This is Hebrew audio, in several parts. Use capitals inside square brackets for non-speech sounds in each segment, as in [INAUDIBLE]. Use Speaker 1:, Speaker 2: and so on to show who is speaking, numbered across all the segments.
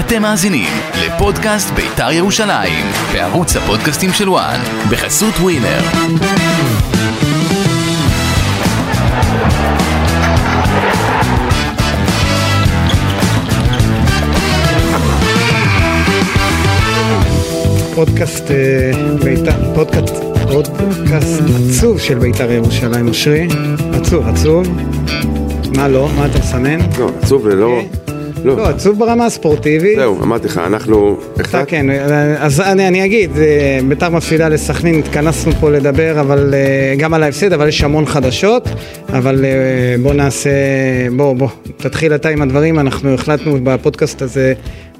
Speaker 1: אתם מאזינים לפודקאסט בית"ר ירושלים, בערוץ הפודקאסטים של וואן, בחסות ווינר.
Speaker 2: פודקאסט אה, בית"ר, פודקאסט, פודקאסט עצוב של בית"ר ירושלים, אושרי. עצוב, עצוב. מה לא? מה אתה מסנן?
Speaker 3: לא, עצוב ולא...
Speaker 2: לא,
Speaker 3: לא,
Speaker 2: עצוב ברמה הספורטיבית.
Speaker 3: זהו, אמרתי לך, אנחנו...
Speaker 2: אתה כן, אז אני, אני אגיד, אה, בית"ר מפסידה לסכנין, התכנסנו פה לדבר, אבל אה, גם על ההפסד, אבל יש המון חדשות, אבל אה, בוא נעשה, בוא, בוא, תתחיל אתה עם הדברים, אנחנו החלטנו בפודקאסט הזה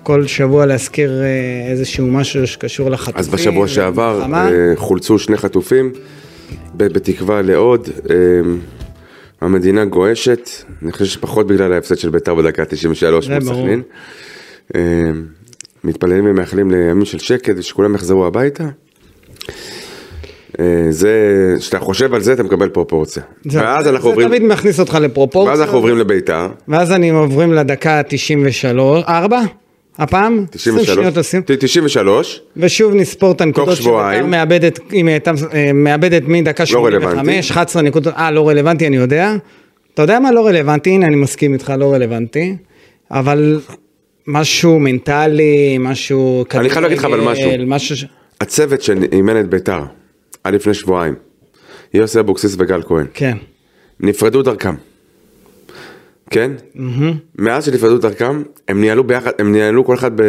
Speaker 2: כל שבוע להזכיר אה, איזשהו משהו שקשור לחטופים.
Speaker 3: אז בשבוע שעבר
Speaker 2: ולמלחמה.
Speaker 3: אה, חולצו שני חטופים, ב- בתקווה לעוד. אה, המדינה גועשת, אני חושב שפחות בגלל ההפסד של ביתר בדקה ה-93
Speaker 2: זה
Speaker 3: מול
Speaker 2: ברור.
Speaker 3: סכנין. אה, מתפללים ומאחלים לימים של שקט ושכולם יחזרו הביתה. אה, זה, כשאתה חושב על זה אתה מקבל פרופורציה.
Speaker 2: זהו.
Speaker 3: ואז אנחנו עוברים,
Speaker 2: זה תמיד מכניס אותך לפרופורציות.
Speaker 3: ואז אנחנו עוברים לביתר.
Speaker 2: ואז אני עוברים לדקה ה-93, 4? הפעם?
Speaker 3: 93,
Speaker 2: 20 שניות עושים.
Speaker 3: 93,
Speaker 2: ושוב נספור את הנקודות
Speaker 3: תוך שבועיים. לא
Speaker 2: מאבדת, אם הייתה אה, מאבדת מדקה 85,
Speaker 3: רלוונטי.
Speaker 2: 11 נקודות, אה לא רלוונטי אני יודע. אתה יודע מה לא רלוונטי? הנה אני מסכים איתך, לא רלוונטי. אבל משהו מנטלי, משהו...
Speaker 3: אני חייב להגיד לך, אבל משהו.
Speaker 2: כדורגל, משהו ש...
Speaker 3: הצוות שאימן את ביתר, עד לפני שבועיים, יוסי אבוקסיס וגל כהן,
Speaker 2: כן.
Speaker 3: נפרדו דרכם. כן? מאז שנפרדו דרכם, הם ניהלו ביחד, הם ניהלו כל אחד ב...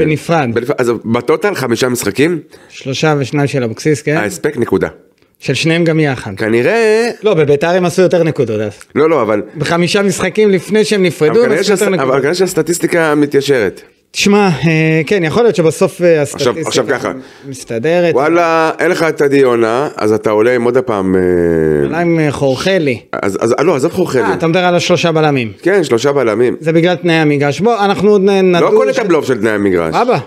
Speaker 2: בנפרד.
Speaker 3: בנפרד. אז בטוטל חמישה משחקים,
Speaker 2: שלושה ושניים של אבוקסיס, כן?
Speaker 3: ההספק נקודה.
Speaker 2: של שניהם גם יחד.
Speaker 3: כן. כנראה...
Speaker 2: לא, בביתר הם עשו יותר נקודות אז.
Speaker 3: לא, לא, אבל...
Speaker 2: בחמישה משחקים לפני שהם נפרדו,
Speaker 3: אבל
Speaker 2: הם
Speaker 3: כנראה
Speaker 2: עשו
Speaker 3: שהס-
Speaker 2: יותר
Speaker 3: אבל
Speaker 2: נקודות.
Speaker 3: כנראה שהסטטיסטיקה מתיישרת.
Speaker 2: תשמע, אה, כן, יכול להיות שבסוף אה,
Speaker 3: עכשיו-
Speaker 2: הסטטיסטיקה
Speaker 3: עכשיו ככה.
Speaker 2: מסתדרת.
Speaker 3: וואלה, אין לך את עדי יונה, אז אתה עולה עם עוד הפעם... אה,
Speaker 2: אולי עם אה, חורחלי.
Speaker 3: אז אז- לא, עזוב חורחלי.
Speaker 2: אה, אתה מדבר על השלושה בלמים.
Speaker 3: כן, שלושה בלמים.
Speaker 2: זה בגלל תנאי המגרש. בוא, אנחנו עוד נ- נדון...
Speaker 3: לא קונה
Speaker 2: ש-
Speaker 3: את הבלוף של תנאי המגרש.
Speaker 2: אבא,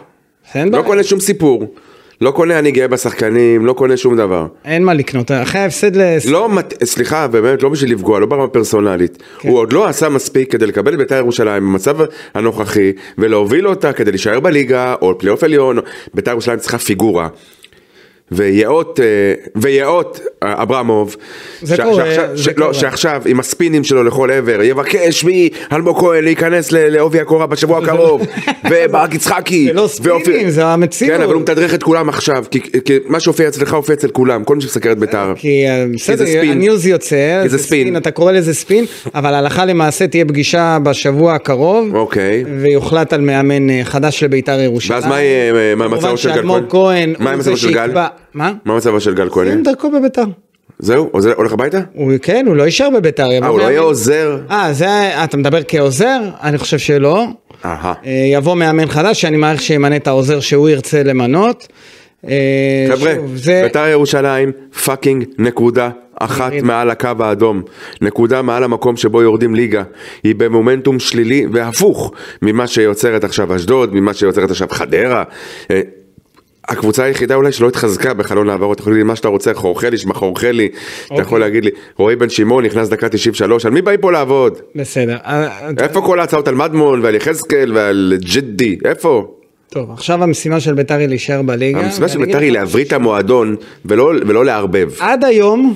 Speaker 2: אין
Speaker 3: לא
Speaker 2: בעיה.
Speaker 3: קונה שום סיפור. לא קונה אני גאה בשחקנים, לא קונה שום דבר.
Speaker 2: אין מה לקנות. אחרי ההפסד ל...
Speaker 3: לא, מת- סליחה, באמת, לא בשביל לפגוע, לא ברמה פרסונלית.
Speaker 2: כן.
Speaker 3: הוא עוד לא עשה מספיק כדי לקבל את בית"ר ירושלים במצב הנוכחי, ולהוביל אותה כדי להישאר בליגה, או פלייאוף עליון. בית"ר ירושלים צריכה פיגורה. ויאות, אה, ויאות אה, אברמוב,
Speaker 2: זה
Speaker 3: ש-
Speaker 2: קורה,
Speaker 3: שעכשיו-
Speaker 2: זה
Speaker 3: ש- לא,
Speaker 2: קורה.
Speaker 3: שעכשיו עם הספינים שלו לכל עבר, יבקש מאלמוג כהן להיכנס ל- לעובי הקורה
Speaker 2: [LAUGHS]
Speaker 3: בשבוע הקרוב, וברק יצחקי,
Speaker 2: זה לא ספינים,
Speaker 3: ואופיר-
Speaker 2: זה המציאות.
Speaker 3: כן, אבל הוא מתדרך את כולם עכשיו, כי כי מה שהופיע אצלך הופיע אצל כולם, כל מי שמסקר את בית"ר.
Speaker 2: כי אה, בסדר,
Speaker 3: ספין.
Speaker 2: הניוז יוצא,
Speaker 3: כי זה ספין.
Speaker 2: אתה קורא לזה ספין, אבל הלכה למעשה תהיה פגישה בשבוע הקרוב,
Speaker 3: אוקיי.
Speaker 2: ויוחלט על מאמן אה, חדש לביתר ירושלים.
Speaker 3: ואז מה יהיה, אה, מה
Speaker 2: כמובן
Speaker 3: מצבו של גל
Speaker 2: שאלמוג
Speaker 3: כהן?
Speaker 2: כהן
Speaker 3: מה
Speaker 2: הוא
Speaker 3: מצבו
Speaker 2: זה
Speaker 3: של גל?
Speaker 2: שיקבע- מה?
Speaker 3: מה מצבו של גל
Speaker 2: אין
Speaker 3: כהן?
Speaker 2: דרכו בביתר.
Speaker 3: זהו, עוזר- הולך הביתה?
Speaker 2: הוא כן, הוא לא יישאר בביתר. יבוא
Speaker 3: אה, הוא לא
Speaker 2: מאמן.
Speaker 3: יהיה עוזר?
Speaker 2: אה, זה, אה, אתה מדבר כעוזר? אני חושב שלא.
Speaker 3: אהה.
Speaker 2: אה, יבוא מאמן חדש, שאני מעריך שימנה את העוזר שהוא ירצה למנות. אה,
Speaker 3: חבר'ה,
Speaker 2: שוב, זה...
Speaker 3: בית"ר ירושלים פאקינג נקודה אחת
Speaker 2: ירידה.
Speaker 3: מעל הקו האדום. נקודה מעל המקום שבו יורדים ליגה. היא במומנטום שלילי והפוך ממה שיוצרת עכשיו אשדוד, ממה שיוצרת עכשיו חדרה. אה, הקבוצה היחידה אולי שלא התחזקה בחלון העברות, אתה יכול להגיד לי מה שאתה רוצה, חורחלי, שמע חורחלי, אתה
Speaker 2: אוקיי.
Speaker 3: יכול להגיד לי, רועי בן שמעון נכנס דקה 93, על מי באים פה לעבוד?
Speaker 2: בסדר. אה,
Speaker 3: איפה כל ההצעות על מדמון ועל יחזקאל ועל ג'די? איפה?
Speaker 2: טוב, עכשיו המשימה של ביתר היא להישאר בליגה.
Speaker 3: המשימה של
Speaker 2: ואני אגיד
Speaker 3: בית"ר היא
Speaker 2: לך, אה,
Speaker 3: להבריא את המועדון ולא ולא לערבב.
Speaker 2: עד היום,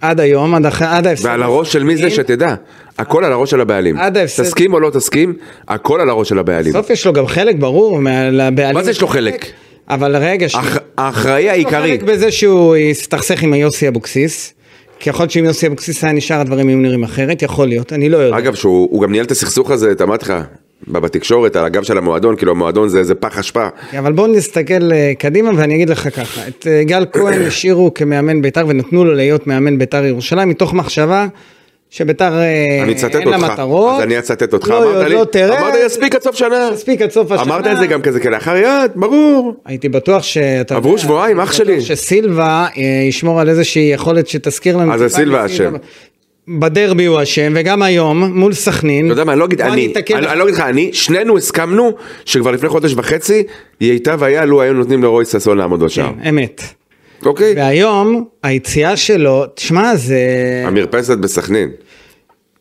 Speaker 2: עד היום, עד אחרי, עד ההפסד. אה,
Speaker 3: ועל הראש של מי זה
Speaker 2: אין-
Speaker 3: שתדע, הכל על הראש של הבעלים.
Speaker 2: עד ההפסד.
Speaker 3: תסכים או לא תסכים, הכל על הראש של הבעלים.
Speaker 2: בסוף יש לו גם חלק, ברור, מה- לבעלים.
Speaker 3: מה זה יש לו חלק?
Speaker 2: אבל רגע, שנייה.
Speaker 3: האח- האחראי
Speaker 2: יש לו
Speaker 3: העיקרי.
Speaker 2: לא חלק בזה שהוא הסתכסך עם יוסי אבוקסיס. כי יכול להיות שאם יוסי אבוקסיס היה נשאר הדברים היו נראים אחרת, יכול להיות, אני לא יודע.
Speaker 3: אגב, שהוא הוא גם ניהל את הסכסוך הזה, אתה אמרתי לך, ב- בתקשורת, על הגב של המועדון, כאילו המועדון זה איזה פח אשפה.
Speaker 2: כן, אבל בואו נסתכל אה, קדימה ואני אגיד לך ככה, את אה, גל
Speaker 3: [COUGHS]
Speaker 2: כהן השאירו כמאמן בית"ר ונתנו לו להיות מאמן בית"ר ירושלים מתוך מחשבה שבית"ר אה,
Speaker 3: אני אצטט
Speaker 2: אין לה
Speaker 3: אותך,
Speaker 2: מטרות.
Speaker 3: אז אני אצטט אותך,
Speaker 2: לא,
Speaker 3: אמרת לי,
Speaker 2: לא, תראה,
Speaker 3: אמרת לי, יספיק עד סוף שנה.
Speaker 2: יספיק עד סוף השנה.
Speaker 3: אמרת את זה גם כזה כלאחר יד, ברור.
Speaker 2: הייתי בטוח שאתה
Speaker 3: עברו שבועיים,
Speaker 2: הייתי
Speaker 3: אח שלי.
Speaker 2: בטוח שסילבה אה, ישמור על איזושהי יכולת שתזכיר לנו.
Speaker 3: אז
Speaker 2: טיפה
Speaker 3: זה סילבה
Speaker 2: מסילבה.
Speaker 3: אשם.
Speaker 2: בדרבי הוא אשם, וגם היום, מול סכנין.
Speaker 3: אתה יודע מה, אני לא אגיד אני,
Speaker 2: אתעכב
Speaker 3: אני
Speaker 2: לך.
Speaker 3: אני לא אגיד לך אני, שנינו הסכמנו שכבר לפני חודש וחצי, היא הייתה והיה לו היו נותנים לרוי ששון לעמוד בשער,
Speaker 2: כן, אמת.
Speaker 3: אוקיי?
Speaker 2: והיום, היציאה שלו, תשמע, זה...
Speaker 3: המרפסת בסכנין.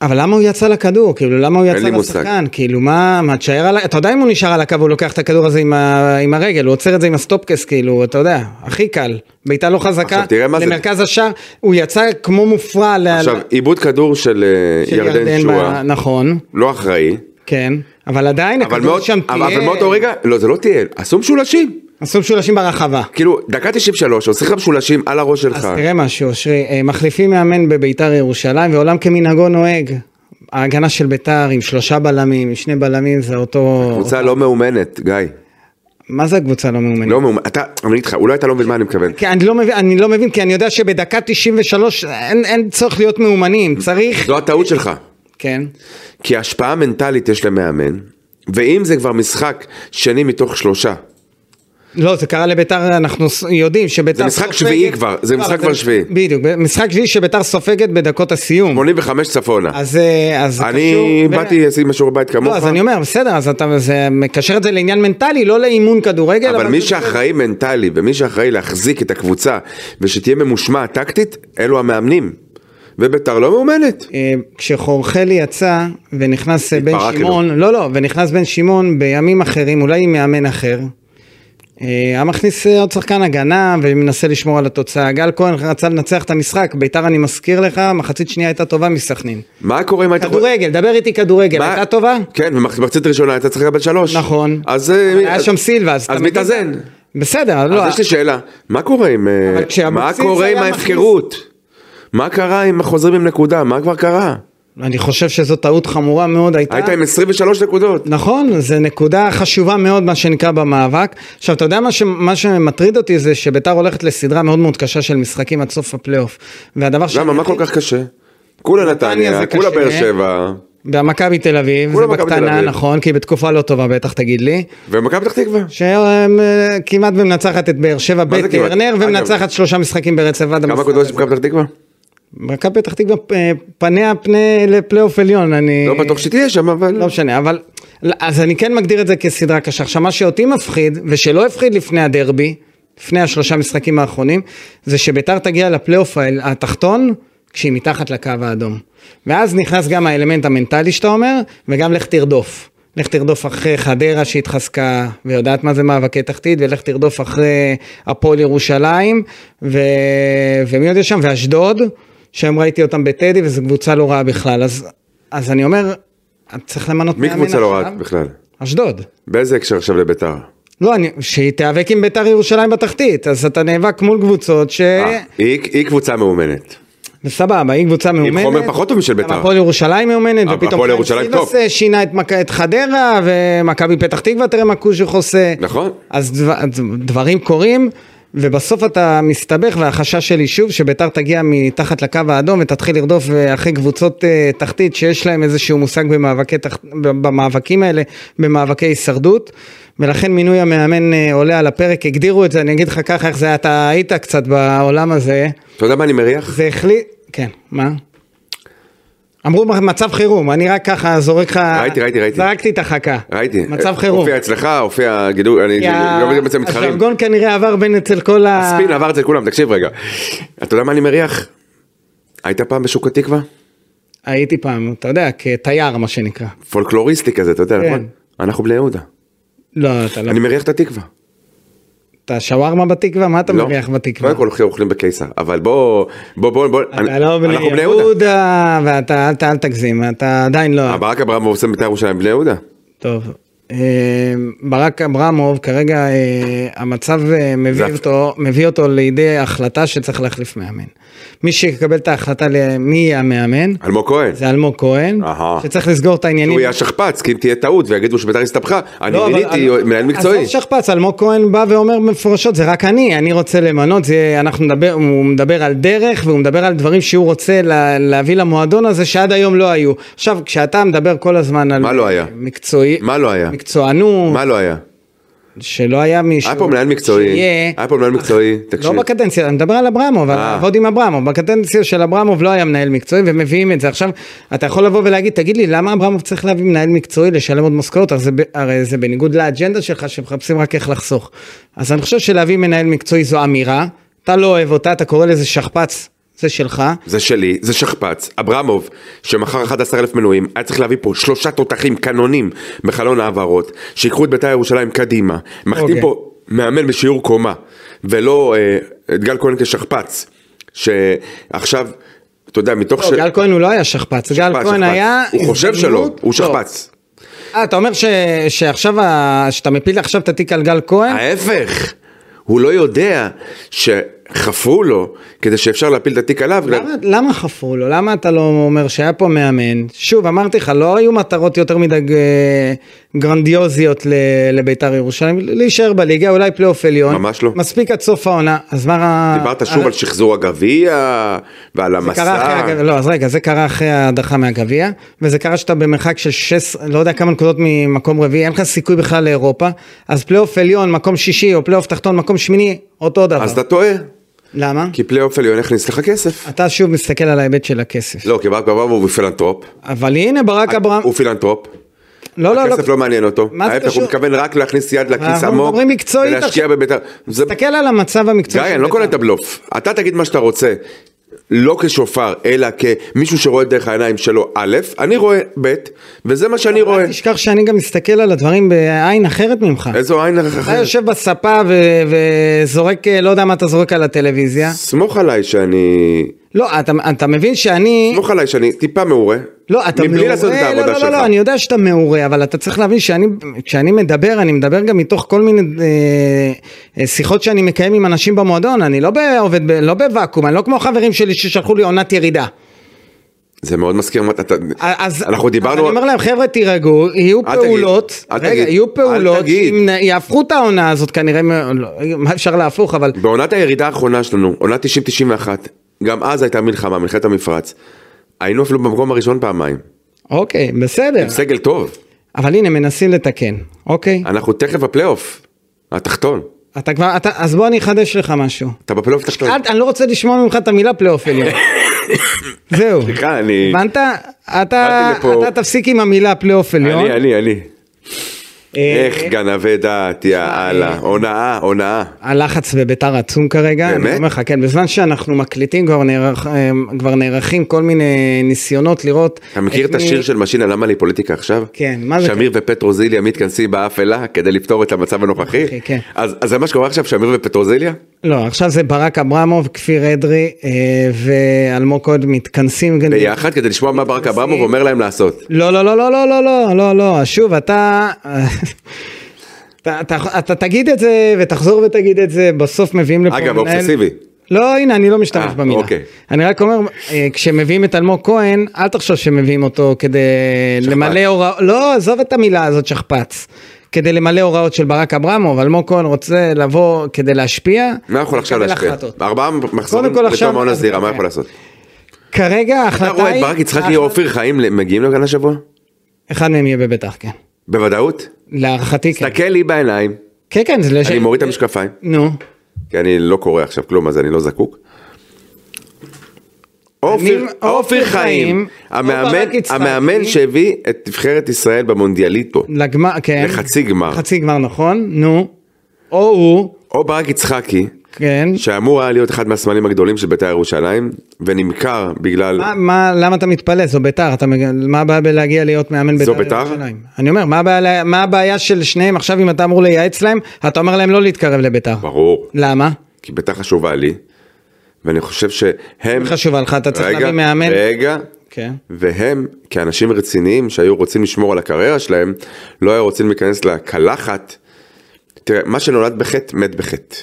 Speaker 2: אבל למה הוא יצא לכדור? כאילו, למה הוא
Speaker 3: אין
Speaker 2: יצא
Speaker 3: לי מושג.
Speaker 2: לשחקן? כאילו, מה, מה, תשאר על ה... אתה יודע אם הוא נשאר על הקו, הוא לוקח את הכדור הזה עם, ה... עם הרגל, הוא עוצר את זה עם הסטופקס, כאילו, אתה יודע, הכי קל. בעיטה לא חזקה,
Speaker 3: עכשיו, תראה מה זה.
Speaker 2: למרכז השער, הוא יצא כמו מופרע ל...
Speaker 3: עכשיו, עיבוד כדור של אה,
Speaker 2: של
Speaker 3: ירדן שואה,
Speaker 2: ב- נכון,
Speaker 3: לא אחראי,
Speaker 2: כן, אבל עדיין
Speaker 3: אבל
Speaker 2: הכדור
Speaker 3: מאוד-
Speaker 2: שם
Speaker 3: אבל-
Speaker 2: תהיה...
Speaker 3: אבל מאותו רגע, לא, זה לא תהיה, עשו משולשים.
Speaker 2: עשו משולשים ברחבה.
Speaker 3: כאילו, דקה 93, עושים לך משולשים על הראש שלך.
Speaker 2: אז תראה משהו, אשרי, אה, מחליפים מאמן בביתר ירושלים ועולם כמנהגו נוהג. ההגנה של ביתר עם שלושה בלמים, עם שני בלמים זה אותו...
Speaker 3: קבוצה לא מאומנת, גיא.
Speaker 2: מה זה הקבוצה לא מאומנת?
Speaker 3: לא מאומנת. אתה, אני אגיד לך, אולי אתה לא מבין מה אני מכוון.
Speaker 2: כי אני לא מבין, אני לא מבין, כי אני יודע שבדקה 93 אין, אין צורך להיות מאומנים, צריך...
Speaker 3: זו הטעות שלך.
Speaker 2: כן.
Speaker 3: כי השפעה מנטלית יש למאמן, ואם זה כבר משחק שני מתוך שלושה,
Speaker 2: לא, זה קרה לביתר, אנחנו ס- יודעים שביתר
Speaker 3: זה משחק שביעי כבר, זה
Speaker 2: לא,
Speaker 3: משחק
Speaker 2: אבל
Speaker 3: כבר שביעי.
Speaker 2: בדיוק, משחק שביעי שביתר סופגת בדקות הסיום.
Speaker 3: 85 צפונה.
Speaker 2: כן. אז אה, אז זה קשור...
Speaker 3: אני
Speaker 2: ב-
Speaker 3: באתי לשים שיעורי בית
Speaker 2: לא,
Speaker 3: כמוך,
Speaker 2: אז אני אומר, בסדר, אז אתה זה מקשר את זה לעניין מנטלי, לא לאימון כדורגל.
Speaker 3: אבל מי
Speaker 2: זה-
Speaker 3: שאחראי מנטלי ומי שאחראי להחזיק את הקבוצה ושתהיה ממושמעת טקטית, אלו המאמנים. וביתר לא מאומנת.
Speaker 2: אה, כשחורחלי יצא ונכנס אה, בן
Speaker 3: התפרק לו.
Speaker 2: שמעון, לא לא, ונכנס בן שמעון בימים אחרים, אולי עם מאמן אחר, אה, היה מכניס אה, עוד שחקן הגנה ומנסה לשמור על התוצאה. גל כהן רצה לנצח את המשחק, ביתר אני מזכיר לך, מחצית שנייה הייתה טובה מסכנין.
Speaker 3: מה קורה אם היית...
Speaker 2: כדורגל, דבר איתי כדורגל,
Speaker 3: מה-
Speaker 2: הייתה טובה?
Speaker 3: כן, ומחצית ראשונה הייתה צריכה לקבל שלוש.
Speaker 2: נכון.
Speaker 3: אז... אה,
Speaker 2: היה שם סילבה, אז אתה
Speaker 3: אז
Speaker 2: מבין?
Speaker 3: מתאזן.
Speaker 2: בסדר,
Speaker 3: אז
Speaker 2: לא,
Speaker 3: יש לי שאלה, מה קורה עם... אה,
Speaker 2: אבל
Speaker 3: מה
Speaker 2: כשאבוקסיס
Speaker 3: קורה עם
Speaker 2: היה מכניס-
Speaker 3: ההפקרות? מה קרה עם החוזרים עם נקודה? מה כבר קרה?
Speaker 2: אני חושב שזו טעות חמורה מאוד הייתה.
Speaker 3: היית עם 23 נקודות.
Speaker 2: נכון, זו נקודה חשובה מאוד, מה שנקרא, במאבק. עכשיו, אתה יודע מה, ש... מה שמטריד אותי זה שביתר הולכת לסדרה מאוד מאוד קשה של משחקים עד סוף הפלייאוף. והדבר ש...
Speaker 3: למה? מה כל כך קשה? כולה
Speaker 2: נתניה זה
Speaker 3: נתניה, כולה
Speaker 2: קשה.
Speaker 3: באר שבע,
Speaker 2: במכבי תל אביב, זה
Speaker 3: כולם מכבי תל
Speaker 2: בקטנה,
Speaker 3: אביב.
Speaker 2: נכון, כי היא בתקופה לא טובה בטח, תגיד לי.
Speaker 3: ומכבי פתח תקווה.
Speaker 2: שכמעט ומנצחת את באר שבע
Speaker 3: מה זה כמעט?
Speaker 2: בטרנר,
Speaker 3: אגב,
Speaker 2: ומנצחת שלושה משחקים ברצף עד
Speaker 3: כמה
Speaker 2: המשחק
Speaker 3: נקודות יש
Speaker 2: הזה.
Speaker 3: במכבי פתח תקווה?
Speaker 2: אה, מכבי פתח תקווה, אה, פניה פני לפלייאוף עליון, אני...
Speaker 3: לא בטוח שתהיה שם, אבל...
Speaker 2: לא משנה, אבל... אז אני כן מגדיר את זה כסדרה קשה. עכשיו, מה שאותי מפחיד, ושלא הפחיד לפני הדרבי, לפני השלושה משחקים האחרונים, זה שביתר תגיע לפלייאוף האל- התחתון, כשהיא מתחת לקו האדום. ואז נכנס גם האלמנט המנטלי שאתה אומר, וגם לך תרדוף. לך תרדוף אחרי חדרה שהתחזקה, ויודעת מה זה מאבקי תחתית, ולך תרדוף אחרי הפועל ירושלים, ו... ומי עוד יש שם? ואשדוד, שהיום ראיתי אותם בטדי, וזו קבוצה לא רעה בכלל. אז, אז אני אומר, אתה צריך למנות
Speaker 3: מי
Speaker 2: מאמן
Speaker 3: קבוצה לא
Speaker 2: עכשיו?
Speaker 3: רעת בכלל?
Speaker 2: אשדוד.
Speaker 3: באיזה הקשר עכשיו לביתר?
Speaker 2: לא, אני, שהיא תיאבק עם ביתר ירושלים בתחתית, אז אתה נאבק מול קבוצות ש...
Speaker 3: אה, היא היא קבוצה מאומנת.
Speaker 2: סבבה, היא קבוצה מאומנת.
Speaker 3: חומר פחות טוב משל
Speaker 2: גם
Speaker 3: ביתר.
Speaker 2: הפועל ירושלים מאומנת,
Speaker 3: אבל
Speaker 2: ופתאום
Speaker 3: הפועל ירושלים טוב.
Speaker 2: סילבס שינה את, מק... את חדרה, ומכבי פתח תקווה תראה מה קוז'וך עושה.
Speaker 3: נכון.
Speaker 2: אז דבר, דברים קורים, ובסוף אתה מסתבך, והחשש שלי שוב, שביתר תגיע מתחת לקו האדום ותתחיל לרדוף אה, אחרי קבוצות אה, תחתית שיש להם איזשהו מושג במאבקי תח... במאבקים האלה, במאבקי הישרדות. ולכן מינוי המאמן אה, עולה על הפרק, הגדירו את זה, אני אגיד לך ככה, איך זה היה, אתה היית קצת בעולם הזה.
Speaker 3: אתה יודע מה אני מריח?
Speaker 2: זה החליט, כן, מה? אמרו מצב חירום, אני רק ככה זורק לך,
Speaker 3: ראיתי, ראיתי, ראיתי.
Speaker 2: זרקתי את החכה.
Speaker 3: ראיתי.
Speaker 2: מצב
Speaker 3: אה,
Speaker 2: חירום.
Speaker 3: הופיע אצלך, הופיע גידול, אני
Speaker 2: כי
Speaker 3: לא מבין אצל מתחרים.
Speaker 2: הז'רגון כנראה עבר בין אצל כל ה...
Speaker 3: הספין עבר אצל כולם, תקשיב רגע. אתה יודע מה אני מריח? היית פעם בשוק התקווה?
Speaker 2: הייתי פעם, אתה יודע, כתייר מה שנקרא.
Speaker 3: פולקלוריסטי כזה, אתה יודע,
Speaker 2: כן.
Speaker 3: נכון? אנחנו בני יהודה.
Speaker 2: לא, אתה לא...
Speaker 3: אני מריח את התקווה.
Speaker 2: אתה שווארמה בתקווה? מה אתה
Speaker 3: לא.
Speaker 2: מריח בתקווה?
Speaker 3: קודם כל אוכלים- אוכלים בקיסר, אבל בוא, בוא, בוא, בוא,
Speaker 2: אתה לא
Speaker 3: אני- אנחנו בני יהודה. אה,
Speaker 2: ואתה, אל ת- אל תגזים, אתה עדיין לא...
Speaker 3: ברק אברמוב עושה בית"ר ירושלים בני יהודה.
Speaker 2: טוב. אה, ברק אברמוב, כרגע אה, המצב אה, מביא
Speaker 3: זה-
Speaker 2: אותו, מביא אותו לידי החלטה שצריך להחליף מאמן. מי שיקבל את ההחלטה למי יהיה המאמן,
Speaker 3: אלמוג כהן.
Speaker 2: זה אלמוג כהן,
Speaker 3: אהה.
Speaker 2: שצריך לסגור את העניינים.
Speaker 3: הוא יהיה השכפ"ץ, כי אם תהיה טעות ויגידו שבית"ר הסתבכה, אני
Speaker 2: לא, אבל-
Speaker 3: מיניתי מנהל מקצועי.
Speaker 2: עזוב שכפ"ץ, אלמוג כהן בא ואומר מפורשות, זה רק אני, אני רוצה למנות, זה, יהיה- אנחנו נדבר, הוא מדבר על דרך והוא מדבר על דברים שהוא רוצה לה, להביא למועדון הזה שעד היום לא היו. עכשיו, כשאתה מדבר כל הזמן על...
Speaker 3: מה לא היה?
Speaker 2: מקצועי...
Speaker 3: מה לא היה?
Speaker 2: מקצוענות,
Speaker 3: מה לא היה?
Speaker 2: שלא היה מישהו...
Speaker 3: היה פה מנהל מקצועי,
Speaker 2: שיהיה-
Speaker 3: היה פה מנהל מקצועי, תקשיב.
Speaker 2: לא בקדנציה, אני מדבר על אברמוב, על
Speaker 3: אה.
Speaker 2: לעבוד עם אברמוב. בקדנציה של אברמוב לא היה מנהל מקצועי ומביאים את זה. עכשיו, אתה יכול לבוא ולהגיד, תגיד לי, למה אברמוב צריך להביא מנהל מקצועי לשלם עוד משכורת? הרי, זה ב- הרי זה בניגוד לאג'נדה שלך, שמחפשים רק איך לחסוך. אז אני חושב שלהביא מנהל מקצועי זו אמירה, אתה לא אוהב אותה, אתה קורא לזה שכפ"ץ. זה שלך.
Speaker 3: זה שלי, זה שכפ"ץ. אברמוב, שמכר 11,000 מנויים, היה צריך להביא פה שלושה תותחים קנונים בחלון העברות, שיקחו את בית"ר ירושלים קדימה. מחתים
Speaker 2: אוקיי.
Speaker 3: okay. פה מאמן בשיעור קומה, ולא אה, את גל כהן כשכפ"ץ, שעכשיו, אתה יודע, מתוך
Speaker 2: לא, גל כהן הוא לא היה שכפ"ץ, גל
Speaker 3: שכפ"ץ,
Speaker 2: כהן
Speaker 3: שכפ"ץ.
Speaker 2: היה...
Speaker 3: הוא חושב שלא,
Speaker 2: הזדמנות-
Speaker 3: הוא
Speaker 2: לא.
Speaker 3: שכפ"ץ.
Speaker 2: אה, אתה אומר ש- שעכשיו, ה- שאתה מפיל עכשיו את התיק על גל כהן?
Speaker 3: ההפך, הוא לא יודע שחפרו לו כדי שאפשר להפיל את התיק עליו.
Speaker 2: למה, למה חפרו לו? למה אתה לא אומר שהיה פה מאמן? שוב, אמרתי לך, לא היו מטרות יותר מדי אה, גרנדיוזיות ל- לביתר ירושלים, להישאר בליגה, אולי פלייאוף עליון.
Speaker 3: ממש לא.
Speaker 2: מספיק עד סוף העונה, אז מה... ה-
Speaker 3: דיברת שוב על שחזור הגביע ועל
Speaker 2: זה קרה אחרי,
Speaker 3: המסע.
Speaker 2: הגביע- לא, אז רגע, זה קרה אחרי ההדחה מהגביע, וזה קרה שאתה במרחק של 16, לא יודע כמה נקודות ממקום רביעי, אין לך סיכוי בכלל לאירופה, אז פלייאוף עליון, מקום שישי, או פלייאוף תחתון, מקום שמיני, אותו דבר.
Speaker 3: אז אתה טועה,
Speaker 2: למה?
Speaker 3: כי פלייאוף עליון הכניס לך כסף.
Speaker 2: אתה שוב מסתכל על ההיבט של הכסף.
Speaker 3: לא, כי ברק אברהם הוא פילנטרופ.
Speaker 2: אבל הנה ברק אברהם,
Speaker 3: הוא פילנטרופ.
Speaker 2: לא, לא, לא,
Speaker 3: הכסף לא מעניין אותו.
Speaker 2: מה זה
Speaker 3: ההפך,
Speaker 2: קשור?
Speaker 3: הוא מתכוון רק להכניס יד לכיס
Speaker 2: אנחנו
Speaker 3: עמוק.
Speaker 2: מדברים מקצועית
Speaker 3: ולהשקיע
Speaker 2: עכשיו.
Speaker 3: בביתר. זה-
Speaker 2: תסתכל על המצב
Speaker 3: גיא,
Speaker 2: המקצועי. של
Speaker 3: אני לא
Speaker 2: בית"ר.
Speaker 3: קונה את הבלוף. אתה תגיד מה שאתה רוצה. לא כשופר, אלא כמישהו שרואה דרך העיניים שלו א', אני רואה ב', וזה מה שאני רואה.
Speaker 2: אל תשכח שאני גם מסתכל על הדברים בעין אחרת ממך.
Speaker 3: איזו עין אחרת.
Speaker 2: אתה יושב בספה ו- וזורק, אה, לא יודע מה אתה זורק על הטלוויזיה.
Speaker 3: סמוך עליי שאני...
Speaker 2: לא, אתה, אתה מבין שאני...
Speaker 3: סמוך עליי שאני טיפה מעורה.
Speaker 2: לא, אתה
Speaker 3: מבלי לעשות את
Speaker 2: מעורה,
Speaker 3: העבודה
Speaker 2: לא, לא,
Speaker 3: שלך.
Speaker 2: לא, לא, אני יודע שאתה מעורה, אבל אתה צריך להבין שאני, כשאני מדבר, אני מדבר גם מתוך כל מיני אה, אה, שיחות שאני מקיים עם אנשים במועדון, אני לא עובד, ב- לא בוואקום, אני לא כמו חברים שלי ששלחו לי עונת ירידה.
Speaker 3: זה מאוד מזכיר מה אתה...
Speaker 2: אז
Speaker 3: אנחנו
Speaker 2: אז אני
Speaker 3: דיברנו...
Speaker 2: אומר להם, חבר'ה, תירגעו, יהיו
Speaker 3: אל תגיד,
Speaker 2: פעולות,
Speaker 3: אל
Speaker 2: רגע,
Speaker 3: תגיד,
Speaker 2: יהיו
Speaker 3: אל
Speaker 2: פעולות,
Speaker 3: תגיד.
Speaker 2: שאם נ- יהפכו את העונה הזאת כנראה, מ- לא, מה אפשר להפוך, אבל
Speaker 3: בעונת הירידה האחרונה שלנו, עונת 90-91, גם אז הייתה מלחמה, מלחמת המפרץ. היינו אפילו במקום הראשון פעמיים.
Speaker 2: אוקיי, בסדר.
Speaker 3: סגל טוב.
Speaker 2: אבל הנה, מנסים לתקן, אוקיי?
Speaker 3: אנחנו תכף בפלייאוף. התחתון.
Speaker 2: אתה כבר, אתה- אז בוא אני אחדש לך משהו.
Speaker 3: אתה בפלייאוף התחתון.
Speaker 2: אל- אני לא רוצה לשמוע ממך את המילה פלייאוף עליון.
Speaker 3: [LAUGHS]
Speaker 2: זהו.
Speaker 3: סליחה, אני...
Speaker 2: הבנת? אתה
Speaker 3: באתי לפה.
Speaker 2: אתה תפסיק עם המילה פלייאוף עליון.
Speaker 3: אני, אני, אני.
Speaker 2: אה,
Speaker 3: איך גנבי דעת, יא אללה. הונאה, הונאה.
Speaker 2: הלחץ בביתר עצום כרגע.
Speaker 3: באמת?
Speaker 2: אני אומר לך, כן, בזמן שאנחנו מקליטים כבר, נערך, אה, כבר נערכים כל מיני ניסיונות לראות...
Speaker 3: אתה מכיר את
Speaker 2: מי-
Speaker 3: השיר של משינה למה לי פוליטיקה עכשיו?
Speaker 2: כן, מה זה
Speaker 3: שמיר ופטרוזיליה מתכנסים באפלה כדי לפתור את המצב הנוכחי?
Speaker 2: הנוכחי, כן.
Speaker 3: אז אז זה מה שקורה עכשיו, שמיר ופטרוזיליה?
Speaker 2: לא, עכשיו זה ברק אברמוב, כפיר אדרי אה, ואלמוג כהן מתכנסים. גם-
Speaker 3: ביחד כדי לשמוע מה ברק אברמוב אומר להם לעשות.
Speaker 2: לא, לא, לא, לא, לא, לא, לא, לא, לא, שוב, אתה... אתה, אתה, אתה תגיד את זה ותחזור ותגיד את זה, בסוף מביאים לפה
Speaker 3: אגב, אובססיבי.
Speaker 2: לא, הנה, אני לא משתמש
Speaker 3: אה,
Speaker 2: במילה.
Speaker 3: אוקיי.
Speaker 2: אני רק אומר, אה, כשמביאים את אלמוג כהן, אל תחשוב שמביאים אותו כדי
Speaker 3: שכפ"ץ.
Speaker 2: למלא הוראות, לא, עזוב את המילה הזאת שכפ"ץ, כדי למלא הוראות של ברק אברמוב, אלמוג כהן רוצה לבוא כדי להשפיע.
Speaker 3: מה יכול עכשיו
Speaker 2: ולקבל
Speaker 3: להשפיע?
Speaker 2: החלטות.
Speaker 3: ארבעה מחזורים
Speaker 2: כל, עכשיו-
Speaker 3: בתום העונה זעירה, מה
Speaker 2: אוקיי.
Speaker 3: יכול לעשות?
Speaker 2: כרגע
Speaker 3: אתה
Speaker 2: ההחלטה היא...
Speaker 3: רואה את ברק יצחקי או
Speaker 2: ההחלטה-
Speaker 3: אופיר חיים ל- מגיעים לכאן השבוע?
Speaker 2: אחד מהם יהיה בבית"ר, כן.
Speaker 3: בוודאות?
Speaker 2: להערכתי כן.
Speaker 3: תסתכל לי בעיניים,
Speaker 2: כן, כן, זה לא... ש-
Speaker 3: אני מוריד את המשקפיים,
Speaker 2: נו.
Speaker 3: כי אני לא קורא עכשיו כלום אז אני לא זקוק. אופיר-
Speaker 2: אני-
Speaker 3: אופיר
Speaker 2: אופיר
Speaker 3: חיים,
Speaker 2: חיים, או
Speaker 3: המאמן
Speaker 2: ברק יצחקי.
Speaker 3: המאמן שהביא את נבחרת ישראל במונדיאליטו,
Speaker 2: לגמר, כן.
Speaker 3: לחצי גמר.
Speaker 2: חצי גמר, נכון. נו. או הוא,
Speaker 3: או ברק יצחקי,
Speaker 2: כן.
Speaker 3: שאמור היה להיות אחד מהסמלים הגדולים של בית"ר ירושלים, ונמכר בגלל...
Speaker 2: מה, מה, למה אתה מתפלא? זו ביתר, אתה, מג- מה הבעיה בלהגיע להיות מאמן ביתר?
Speaker 3: זו ביתר?
Speaker 2: ירושלים? אני אומר, מה הבעיה, מה הבעיה של שניהם עכשיו אם אתה אמור לייעץ להם, אתה אומר להם לא להתקרב לביתר.
Speaker 3: ברור,
Speaker 2: למה?
Speaker 3: כי בית"ר חשובה לי, ואני חושב שהם...
Speaker 2: חשובה לך, אתה צריך
Speaker 3: רגע,
Speaker 2: להביא מאמן.
Speaker 3: רגע,
Speaker 2: כן.
Speaker 3: והם, כאנשים רציניים שהיו רוצים לשמור על הקריירה שלהם, לא היו רוצים להיכנס לקלחת. תראה, מה שנולד בחטא, מת בחטא.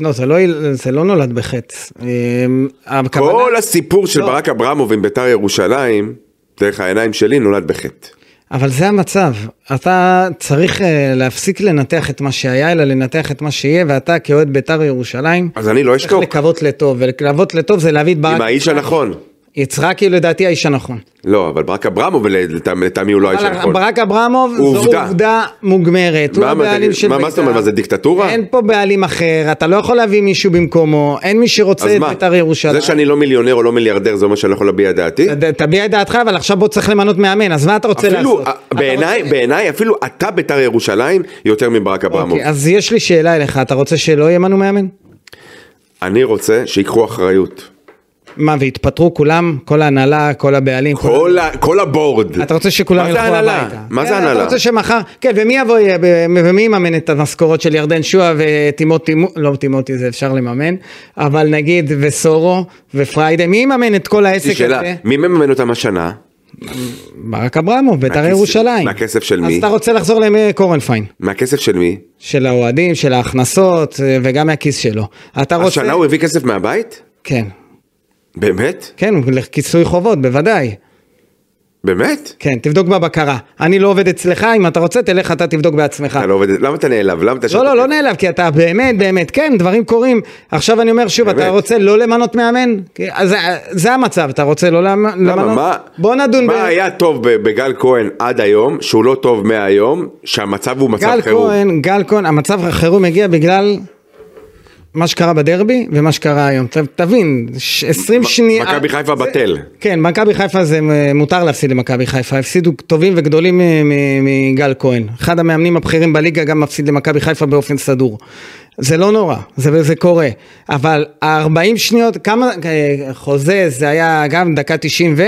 Speaker 2: לא, זה לא, זה לא נולד בחטא. אמ, הכוונה-
Speaker 3: כל הסיפור של
Speaker 2: לא.
Speaker 3: ברק אברמוב עם בית"ר ירושלים, דרך העיניים שלי, נולד בחטא.
Speaker 2: אבל זה המצב, אתה צריך אה, להפסיק לנתח את מה שהיה, אלא לנתח את מה שיהיה, ואתה כאוהד ביתר ירושלים,
Speaker 3: אז אני לא
Speaker 2: צריך
Speaker 3: אשתוק,
Speaker 2: לקוות לטוב, ולקוות לטוב זה להביא את ברק
Speaker 3: עם האיש הנכון.
Speaker 2: יצחקי הוא לדעתי האיש הנכון.
Speaker 3: לא, אבל ברק אברמוב לת- לטעמי הוא לא האיש
Speaker 2: אבל
Speaker 3: הנכון.
Speaker 2: ברק אברמוב זו
Speaker 3: עובדה.
Speaker 2: עובדה מוגמרת, הוא
Speaker 3: מה, מה,
Speaker 2: הבעלים
Speaker 3: תגיד,
Speaker 2: של
Speaker 3: מה- מה
Speaker 2: בית"ר.
Speaker 3: זאת אומרת, מה, זה דיקטטורה?
Speaker 2: אין פה בעלים אחר, אתה לא יכול להביא מישהו במקומו, אין מי
Speaker 3: אז
Speaker 2: שרוצה את
Speaker 3: מה,
Speaker 2: בית"ר ירושלים.
Speaker 3: זה שאני לא מיליונר או לא מיליארדר זה אומר שאני לא יכול להביע את דעתי?
Speaker 2: ת- תביע את דעתך, אבל עכשיו בוא צריך למנות מאמן, אז מה אתה רוצה אוקיי,
Speaker 3: אפילו, אה,
Speaker 2: לעשות? אתה
Speaker 3: בעיניי,
Speaker 2: רוצה-
Speaker 3: בעיניי אפילו אתה בית"ר ירושלים יותר מברק אברמוב.
Speaker 2: אוקיי, אז יש לי שאלה אליך, אתה רוצה שלא ימנו מאמן?
Speaker 3: אני רוצה שיקחו אחריות.
Speaker 2: מה, והתפטרו כולם? כל ההנהלה, כל הבעלים?
Speaker 3: כל ה- כל הבורד.
Speaker 2: אתה רוצה שכולם
Speaker 3: מה
Speaker 2: ילכו
Speaker 3: זה הנהלה?
Speaker 2: הביתה.
Speaker 3: מה
Speaker 2: כן,
Speaker 3: זה הנהלה?
Speaker 2: אתה רוצה שמחר, כן, ומי יבוא, אה, ב- ומי יממן את המשכורות של ירדן שועה וטימוטי, מו- לא טימוטי, זה אפשר לממן, אבל נגיד, וסורו, ופריידי, מי יממן את כל העסק
Speaker 3: יש לי שאלה,
Speaker 2: הזה?
Speaker 3: מי מממן אותם השנה?
Speaker 2: ברק אברמוב, בית"ר
Speaker 3: מהכסף-
Speaker 2: ירושלים.
Speaker 3: מהכסף של
Speaker 2: אז
Speaker 3: מי?
Speaker 2: אתה רוצה לחזור לקורנפיין,
Speaker 3: מהכסף של מי?
Speaker 2: של האוהדים, של ההכנסות, אה, וגם מהכיס שלו. אתה רוצה...
Speaker 3: השנה הוא הביא כסף מהבית?
Speaker 2: כן.
Speaker 3: באמת?
Speaker 2: כן, לכיסוי חובות, בוודאי.
Speaker 3: באמת?
Speaker 2: כן, תבדוק בבקרה. אני לא עובד אצלך, אם אתה רוצה, תלך אתה תבדוק בעצמך.
Speaker 3: אתה לא עובד, למה אתה נעלב? למה אתה
Speaker 2: לא, לא, לא נעלב, כי אתה באמת, באמת, כן, דברים קורים. עכשיו אני אומר שוב, אתה
Speaker 3: באמת.
Speaker 2: רוצה לא למנות מאמן? כי- אז זה- זה המצב, אתה רוצה לא למ-
Speaker 3: למה?
Speaker 2: למנות?
Speaker 3: מה,
Speaker 2: בוא נדון ב...
Speaker 3: מה היה טוב ב- בגל כהן עד היום, שהוא לא טוב מהיום, שהמצב הוא מצב
Speaker 2: גל
Speaker 3: חירום?
Speaker 2: כהן, גל כהן, המצב החירום הגיע בגלל מה שקרה בדרבי ומה שקרה היום. ת- תבין, ש- 20
Speaker 3: מ-
Speaker 2: שניות...
Speaker 3: מכבי חיפה בטל.
Speaker 2: כן, מכבי חיפה זה אה, מותר להפסיד למכבי חיפה, הפסידו טובים וגדולים אה, מ- מגל כהן. אחד המאמנים הבכירים בליגה גם מפסיד למכבי חיפה באופן סדור. זה לא נורא, זה, זה קורה, אבל ה-40 שניות, כמה, אה, חוזה, זה היה גם דקה 90 ו...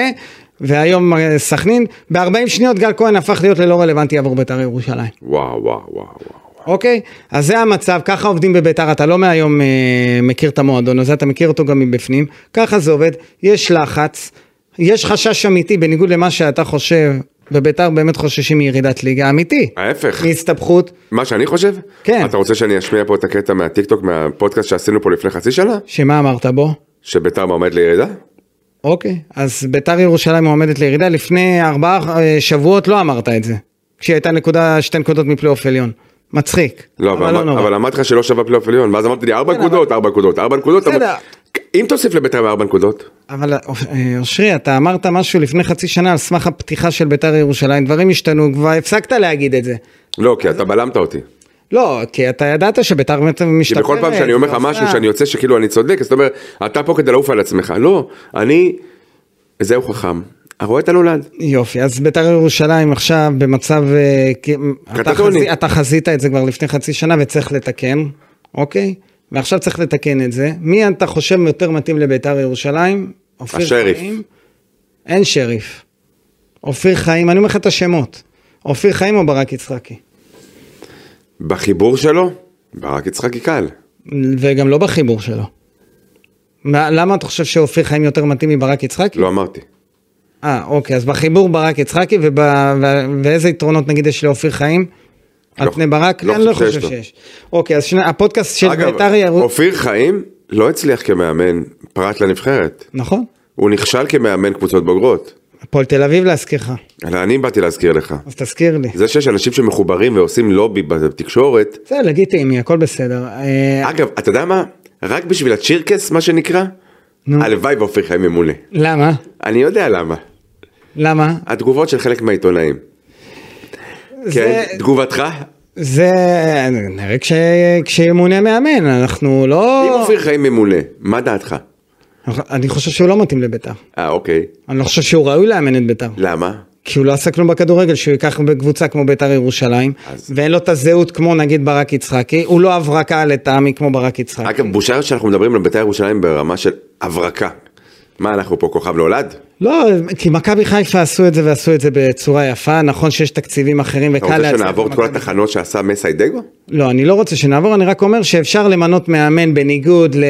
Speaker 2: והיום אה, סכנין, ב-40 שניות גל כהן הפך להיות ללא רלוונטי עבור בית"ר ירושלים.
Speaker 3: וואו, וואו, וואו. וואו.
Speaker 2: אוקיי? אז זה המצב, ככה עובדים בביתר, אתה לא מהיום אה, מכיר את המועדון הזה, אתה מכיר אותו גם מבפנים, ככה זה עובד, יש לחץ, יש חשש אמיתי, בניגוד למה שאתה חושב, בביתר באמת חוששים מירידת ליגה, אמיתי.
Speaker 3: ההפך.
Speaker 2: מהסתבכות,
Speaker 3: מה שאני חושב?
Speaker 2: כן.
Speaker 3: אתה רוצה שאני אשמיע פה את הקטע מהטיקטוק, מהפודקאסט שעשינו פה לפני חצי שנה?
Speaker 2: שמה אמרת בו?
Speaker 3: שביתר מועמד לירידה?
Speaker 2: אוקיי, אז ביתר ירושלים מועמדת לירידה, לפני ארבעה אה, שבועות לא אמרת את זה, כשהיא הייתה נקודה, שתי נקודות מפלייאוף עליון. מצחיק,
Speaker 3: לא, אבל, אמר- אבל אמרתי לך שלא שווה פלייאוף עליון, ואז אמרתי לי ארבע נקודות, ארבע נקודות, ארבע נקודות,
Speaker 2: כן, בסדר.
Speaker 3: אבל- אם תוסיף לביתר בארבע נקודות,
Speaker 2: אבל אה, אושרי, אתה אמרת משהו לפני חצי שנה על סמך הפתיחה של ביתר ירושלים, דברים השתנו, כבר הפסקת להגיד את זה.
Speaker 3: לא, כי אתה בלמת אותי.
Speaker 2: לא, כי אתה ידעת שביתר באמת
Speaker 3: כי
Speaker 2: משתפרת.
Speaker 3: בכל פעם שאני אומר לך
Speaker 2: ועושה.
Speaker 3: משהו שאני יוצא שכאילו אני צודק, אז אתה אומר, אתה פה כדי לעוף על עצמך. לא, אני, זהו חכם, הרואה את הנולד.
Speaker 2: יופי, אז ביתר ירושלים עכשיו במצב... אה, כי- אתה,
Speaker 3: קטטוני.
Speaker 2: חזי, אתה חזית את זה כבר לפני חצי שנה וצריך לתקן, אוקיי? ועכשיו צריך לתקן את זה. מי אתה חושב יותר מתאים לביתר ירושלים? אופיר
Speaker 3: השריף.
Speaker 2: חיים? אין שריף. אופיר חיים, אני אומר לך את השמות. אופיר חיים או ברק יצחקי?
Speaker 3: בחיבור שלו, ברק יצחקי קל.
Speaker 2: כן. וגם לא בחיבור שלו. מה- למה אתה חושב שאופיר חיים יותר מתאים מברק יצחקי?
Speaker 3: לא אמרתי.
Speaker 2: אה, אוקיי, אז בחיבור ברק יצחקי, וב... ו... ואיזה יתרונות נגיד יש לאופיר חיים? על
Speaker 3: לא-
Speaker 2: פני ברק?
Speaker 3: לא
Speaker 2: אני לא
Speaker 3: חושב שיש
Speaker 2: חושב
Speaker 3: לו.
Speaker 2: שיש. אוקיי, אז שני... הפודקאסט של
Speaker 3: אגב,
Speaker 2: בית"ר ירו...
Speaker 3: אופיר חיים לא הצליח כמאמן פרט לנבחרת.
Speaker 2: נכון.
Speaker 3: הוא נכשל כמאמן קבוצות בוגרות.
Speaker 2: הפועל תל אביב להזכירך,
Speaker 3: אלא אני באתי להזכיר לך.
Speaker 2: אז תזכיר לי.
Speaker 3: זה שיש אנשים שמחוברים ועושים לובי בתקשורת,
Speaker 2: זה לגיטימי, הכל בסדר. אה,
Speaker 3: אגב, אתה יודע מה? רק בשביל הצ'ירקס, מה שנקרא,
Speaker 2: נו.
Speaker 3: הלוואי ואופיר חיים ימונה.
Speaker 2: למה?
Speaker 3: אני יודע למה.
Speaker 2: למה?
Speaker 3: התגובות של חלק מהעיתונאים.
Speaker 2: זה- לא.
Speaker 3: כן, תגובתך?
Speaker 2: זה נראה כש... כשימונה מאמן, אנחנו
Speaker 3: אם
Speaker 2: לא...
Speaker 3: אופיר חיים ממונה, מה דעתך?
Speaker 2: אני חושב שהוא לא מתאים לבית"ר.
Speaker 3: אה, אוקיי.
Speaker 2: אני לא חושב שהוא ראוי לאמן את בית"ר.
Speaker 3: למה?
Speaker 2: כי הוא לא עשה כלום בכדורגל, שהוא ייקח בקבוצה כמו ביתר ירושלים,
Speaker 3: אז-
Speaker 2: ואין לו את הזהות כמו נגיד ברק יצחקי, הוא לא הברקה לטעמי כמו ברק יצחקי.
Speaker 3: אגב, בושה שאנחנו מדברים על בית"ר ירושלים ברמה של הברקה. מה, אנחנו פה כוכב נולד?
Speaker 2: לא, כי מכבי חיפה עשו את זה ועשו את זה בצורה יפה, נכון שיש תקציבים אחרים
Speaker 3: אתה
Speaker 2: וקל
Speaker 3: רוצה
Speaker 2: להצליח
Speaker 3: שנעבור את כל
Speaker 2: במכבי-
Speaker 3: התחנות שעשה מסיידגו?
Speaker 2: לא, אני לא רוצה שנעבור, אני רק אומר שאפשר למנות מאמן בניגוד ל-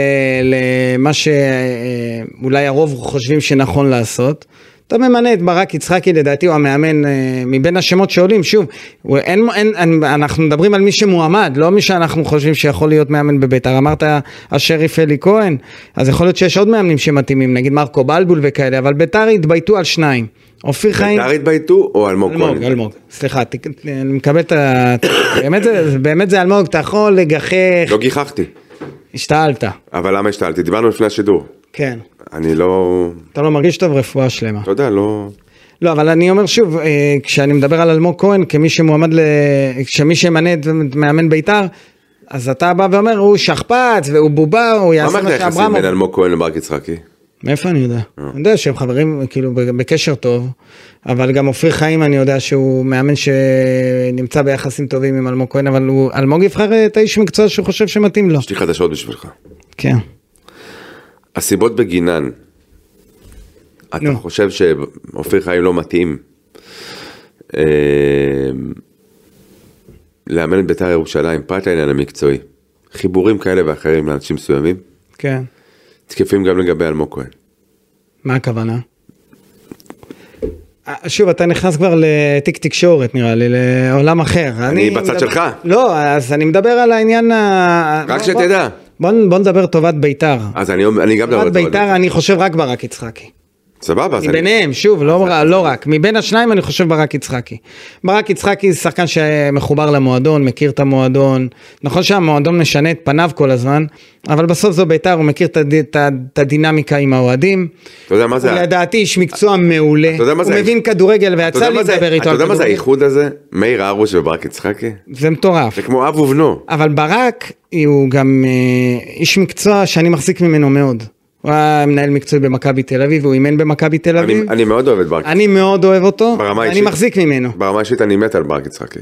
Speaker 2: למה שאולי הרוב חושבים שנכון לעשות. אתה ממנה את ברק יצחקי, לדעתי הוא המאמן אה, מבין השמות שעולים, שוב, הוא- אין, אין, אין, אנחנו מדברים על מי שמועמד, לא מי שאנחנו חושבים שיכול להיות מאמן בביתר. אמרת השריף אלי כהן, אז יכול להיות שיש עוד מאמנים שמתאימים, נגיד מרקו בלבול וכאלה, אבל ביתר התבייתו על שניים. אופיר חיים...
Speaker 3: בית"ר התבייתו או אלמוג
Speaker 2: אלמוג,
Speaker 3: כהן?
Speaker 2: אלמוג, סליחה, ת- אני מקבל את ה... [COUGHS] באמת זה- באמת זה אלמוג, אתה יכול לגחך,
Speaker 3: לא גיחכתי.
Speaker 2: השתעלת,
Speaker 3: אבל למה השתעלתי? דיברנו לפני השידור.
Speaker 2: כן.
Speaker 3: אני לא...
Speaker 2: אתה לא מרגיש טוב, רפואה שלמה.
Speaker 3: אתה יודע, לא...
Speaker 2: לא, אבל אני אומר שוב, אה, כשאני מדבר על אלמוג כהן, כמי שמועמד ל... כשמי שימנה את את מאמן בית"ר, אז אתה בא ואומר, הוא שכפ"ץ, והוא בובה, הוא
Speaker 3: מה
Speaker 2: יעשה
Speaker 3: מערכת
Speaker 2: מה
Speaker 3: היחסים
Speaker 2: שאברמוב.
Speaker 3: בין אלמוג כהן לברק יצחקי?
Speaker 2: מאיפה אני יודע?
Speaker 3: אה.
Speaker 2: אני יודע שהם חברים, כאילו, ב- בקשר טוב, אבל גם אופיר חיים, אני יודע שהוא מאמן שנמצא ביחסים טובים עם אלמוג כהן, אבל הוא- אלמוג יבחר את האיש מקצוע שהוא חושב שמתאים לו.
Speaker 3: כן. יש לי חדשות בשבילך.
Speaker 2: כן.
Speaker 3: הסיבות בגינן אתה
Speaker 2: נו.
Speaker 3: חושב שאופיר חיים לא מתאים אה, לאמן את בית"ר ירושלים, פרט לעניין המקצועי, חיבורים כאלה ואחרים לאנשים מסוימים,
Speaker 2: כן.
Speaker 3: תקפים גם לגבי אלמוג כהן.
Speaker 2: מה הכוונה? אה, שוב, אתה נכנס כבר לתיק תקשורת, נראה לי, לעולם אחר.
Speaker 3: בצד
Speaker 2: מדבר-
Speaker 3: שלך.
Speaker 2: לא, אז אני מדבר על העניין ה...
Speaker 3: רק
Speaker 2: בוא-
Speaker 3: שתדע.
Speaker 2: בוא, בוא נדבר טובת בית"ר.
Speaker 3: אז אני, אומר- אני גם
Speaker 2: טובת
Speaker 3: מדבר על זה.
Speaker 2: בית"ר, אני חושב רק ברק יצחקי.
Speaker 3: סבבה, אז אני...
Speaker 2: מביניהם, שוב, לא, ר- לא רק, מבין השניים אני חושב ברק יצחקי. ברק יצחקי זה שחקן שמחובר למועדון, מכיר את המועדון. נכון שהמועדון משנה את פניו כל הזמן, אבל בסוף זו ביתר, הוא מכיר את הד- את ה- את הדינמיקה עם האוהדים.
Speaker 3: אתה יודע מה זה
Speaker 2: הוא
Speaker 3: ה-
Speaker 2: לדעתי איש מקצוע מעולה.
Speaker 3: אתה יודע מה זה
Speaker 2: הוא
Speaker 3: האיש-
Speaker 2: מבין כדורגל
Speaker 3: אתה
Speaker 2: ויצא
Speaker 3: יודע
Speaker 2: לי
Speaker 3: מה זה-
Speaker 2: לדבר איתו
Speaker 3: אתה
Speaker 2: על
Speaker 3: יודע מה זה
Speaker 2: כדורגל.
Speaker 3: האיחוד הזה? מאיר הרוש וברק יצחקי?
Speaker 2: זה מטורף.
Speaker 3: זה כמו אב ובנו.
Speaker 2: אבל ברק הוא גם אה, איש מקצוע שאני מחזיק ממנו מאוד. הוא היה מנהל מקצועי במכבי תל אביב, הוא אימן במכבי תל
Speaker 3: אני,
Speaker 2: אביב.
Speaker 3: אני מאוד אוהב את ברק.
Speaker 2: אני מאוד אוהב אותו,
Speaker 3: ברמה
Speaker 2: ואני
Speaker 3: האישית.
Speaker 2: מחזיק ממנו.
Speaker 3: ברמה האישית אני מת על ברק יצחקי.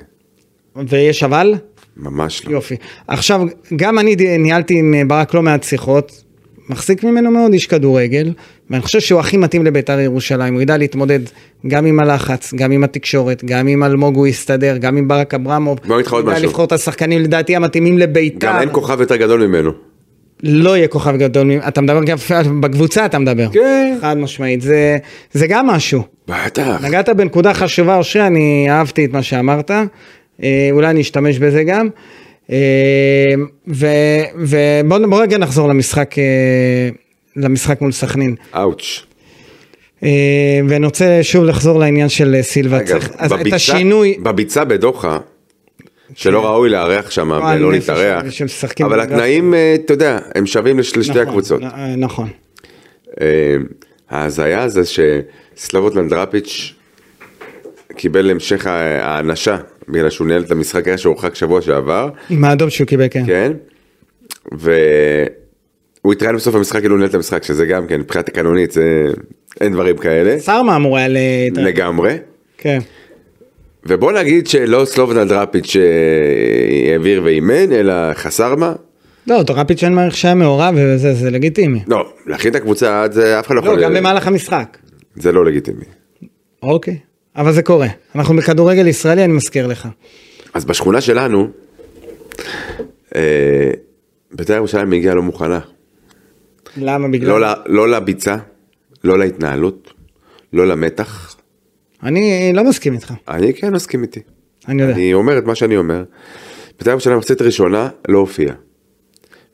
Speaker 2: ויש אבל?
Speaker 3: ממש לא.
Speaker 2: יופי. עכשיו, גם אני ד- ניהלתי עם אה, ברק לא מעט שיחות, מחזיק ממנו מאוד איש כדורגל, ואני חושב שהוא הכי מתאים לבית"ר ירושלים, הוא ידע להתמודד גם עם הלחץ, גם עם התקשורת, גם עם אלמוג הוא יסתדר, גם עם ברק אברמוב.
Speaker 3: בוא אני אגיד לך עוד
Speaker 2: הוא ידע
Speaker 3: משהו.
Speaker 2: לבחור את השחקנים לדעתי המתאימים לבית"ר.
Speaker 3: גם אין כוכב יותר גדול ממנו.
Speaker 2: לא יהיה כוכב גדול, מ- אתה מדבר גם בקבוצה אתה מדבר.
Speaker 3: כן.
Speaker 2: חד משמעית, זה, זה גם משהו.
Speaker 3: בטח.
Speaker 2: נגעת בנקודה חשובה, אושרי, אני אהבתי את מה שאמרת, אה, אולי אני אשתמש בזה גם. אה, ובואו רגע נחזור למשחק, אה, למשחק מול סכנין.
Speaker 3: אאוץ'.
Speaker 2: אה, ואני רוצה שוב לחזור לעניין של אה, סילבה.
Speaker 3: אגב,
Speaker 2: צריך- אז את
Speaker 3: בביצה-
Speaker 2: השינוי,
Speaker 3: בביצה בדוחה, שלא ראוי לארח שם
Speaker 2: וואי,
Speaker 3: ולא
Speaker 2: נפש,
Speaker 3: להתארח,
Speaker 2: שמשחקים
Speaker 3: אבל
Speaker 2: בדרגה.
Speaker 3: התנאים, אה, אתה יודע, הם שווים לש- לשתי
Speaker 2: נכון,
Speaker 3: הקבוצות.
Speaker 2: נ- אה, נכון.
Speaker 3: אה, ההזיה זה שסלבות לנדרפיץ' קיבל המשך ה- האנשה, בגלל שהוא ניהל את המשחק היה שהורחק שבוע שעבר,
Speaker 2: עם האדום שהוא קיבל, כן.
Speaker 3: כן? והוא התראיין בסוף המשחק כאילו הוא ניהל את המשחק, שזה גם כן, מבחינה תקנונית, זה- אין דברים כאלה,
Speaker 2: סרמה אמור היה ל...
Speaker 3: לגמרי.
Speaker 2: כן.
Speaker 3: ובוא נגיד שלא סלובדן דראפיץ' אה, העביר ואימן, אלא חסר מה.
Speaker 2: לא, דראפיץ' אין מעריך שהיה מעורב וזה, זה לגיטימי.
Speaker 3: לא, להכין את הקבוצה עד זה אף אחד לא יכול...
Speaker 2: לא, גם במהלך המשחק.
Speaker 3: זה לא לגיטימי.
Speaker 2: אוקיי. אבל זה קורה. אנחנו בכדורגל ישראלי, אני מזכיר לך.
Speaker 3: אז בשכונה שלנו, אה, בית"ר ירושלים הגיעה לא מוכנה.
Speaker 2: למה? בגלל...
Speaker 3: לא ל- לא לביצה, לא להתנהלות, לא למתח.
Speaker 2: אני לא מסכים איתך.
Speaker 3: אני כן מסכים איתי.
Speaker 2: אני יודע.
Speaker 3: אני אומר את מה שאני אומר. בית"ר ירושלים במחצית הראשונה לא הופיעה.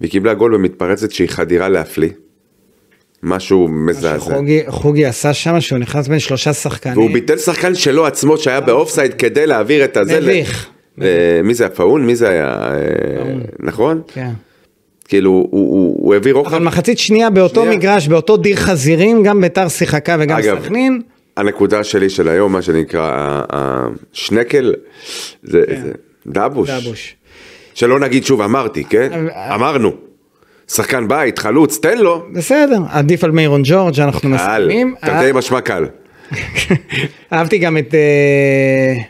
Speaker 3: והיא קיבלה גול במתפרצת שהיא חדירה להפליא. משהו מזעזע.
Speaker 2: חוגי- חוגי עשה שם שהוא נכנס בין שלושה שחקנים.
Speaker 3: והוא ביטל שחקן שלו עצמו שהיה באופסייד כדי להעביר את הזה. ל-
Speaker 2: מביך.
Speaker 3: אה, מי זה הפאון? מי זה היה? אה, נכון?
Speaker 2: כן.
Speaker 3: כאילו, הוא- הוא הוא העביר רוחב.
Speaker 2: אבל מחצית שנייה באותו
Speaker 3: שנייה.
Speaker 2: מגרש, באותו דיר חזירים, גם ביתר שיחקה וגם
Speaker 3: אגב,
Speaker 2: סכנין.
Speaker 3: הנקודה שלי של היום, מה שנקרא ה- ה- השנקל, זה
Speaker 2: כן.
Speaker 3: זה דבוש.
Speaker 2: דבוש.
Speaker 3: שלא נגיד שוב, אמרתי, כן?
Speaker 2: אבל- אה,
Speaker 3: אמרנו. שחקן בית, חלוץ, תן לו.
Speaker 2: בסדר, עדיף על מאירון ג'ורג', אנחנו
Speaker 3: קל.
Speaker 2: מסכימים. אה,
Speaker 3: תרתי משמע קל.
Speaker 2: אהבתי גם את אה,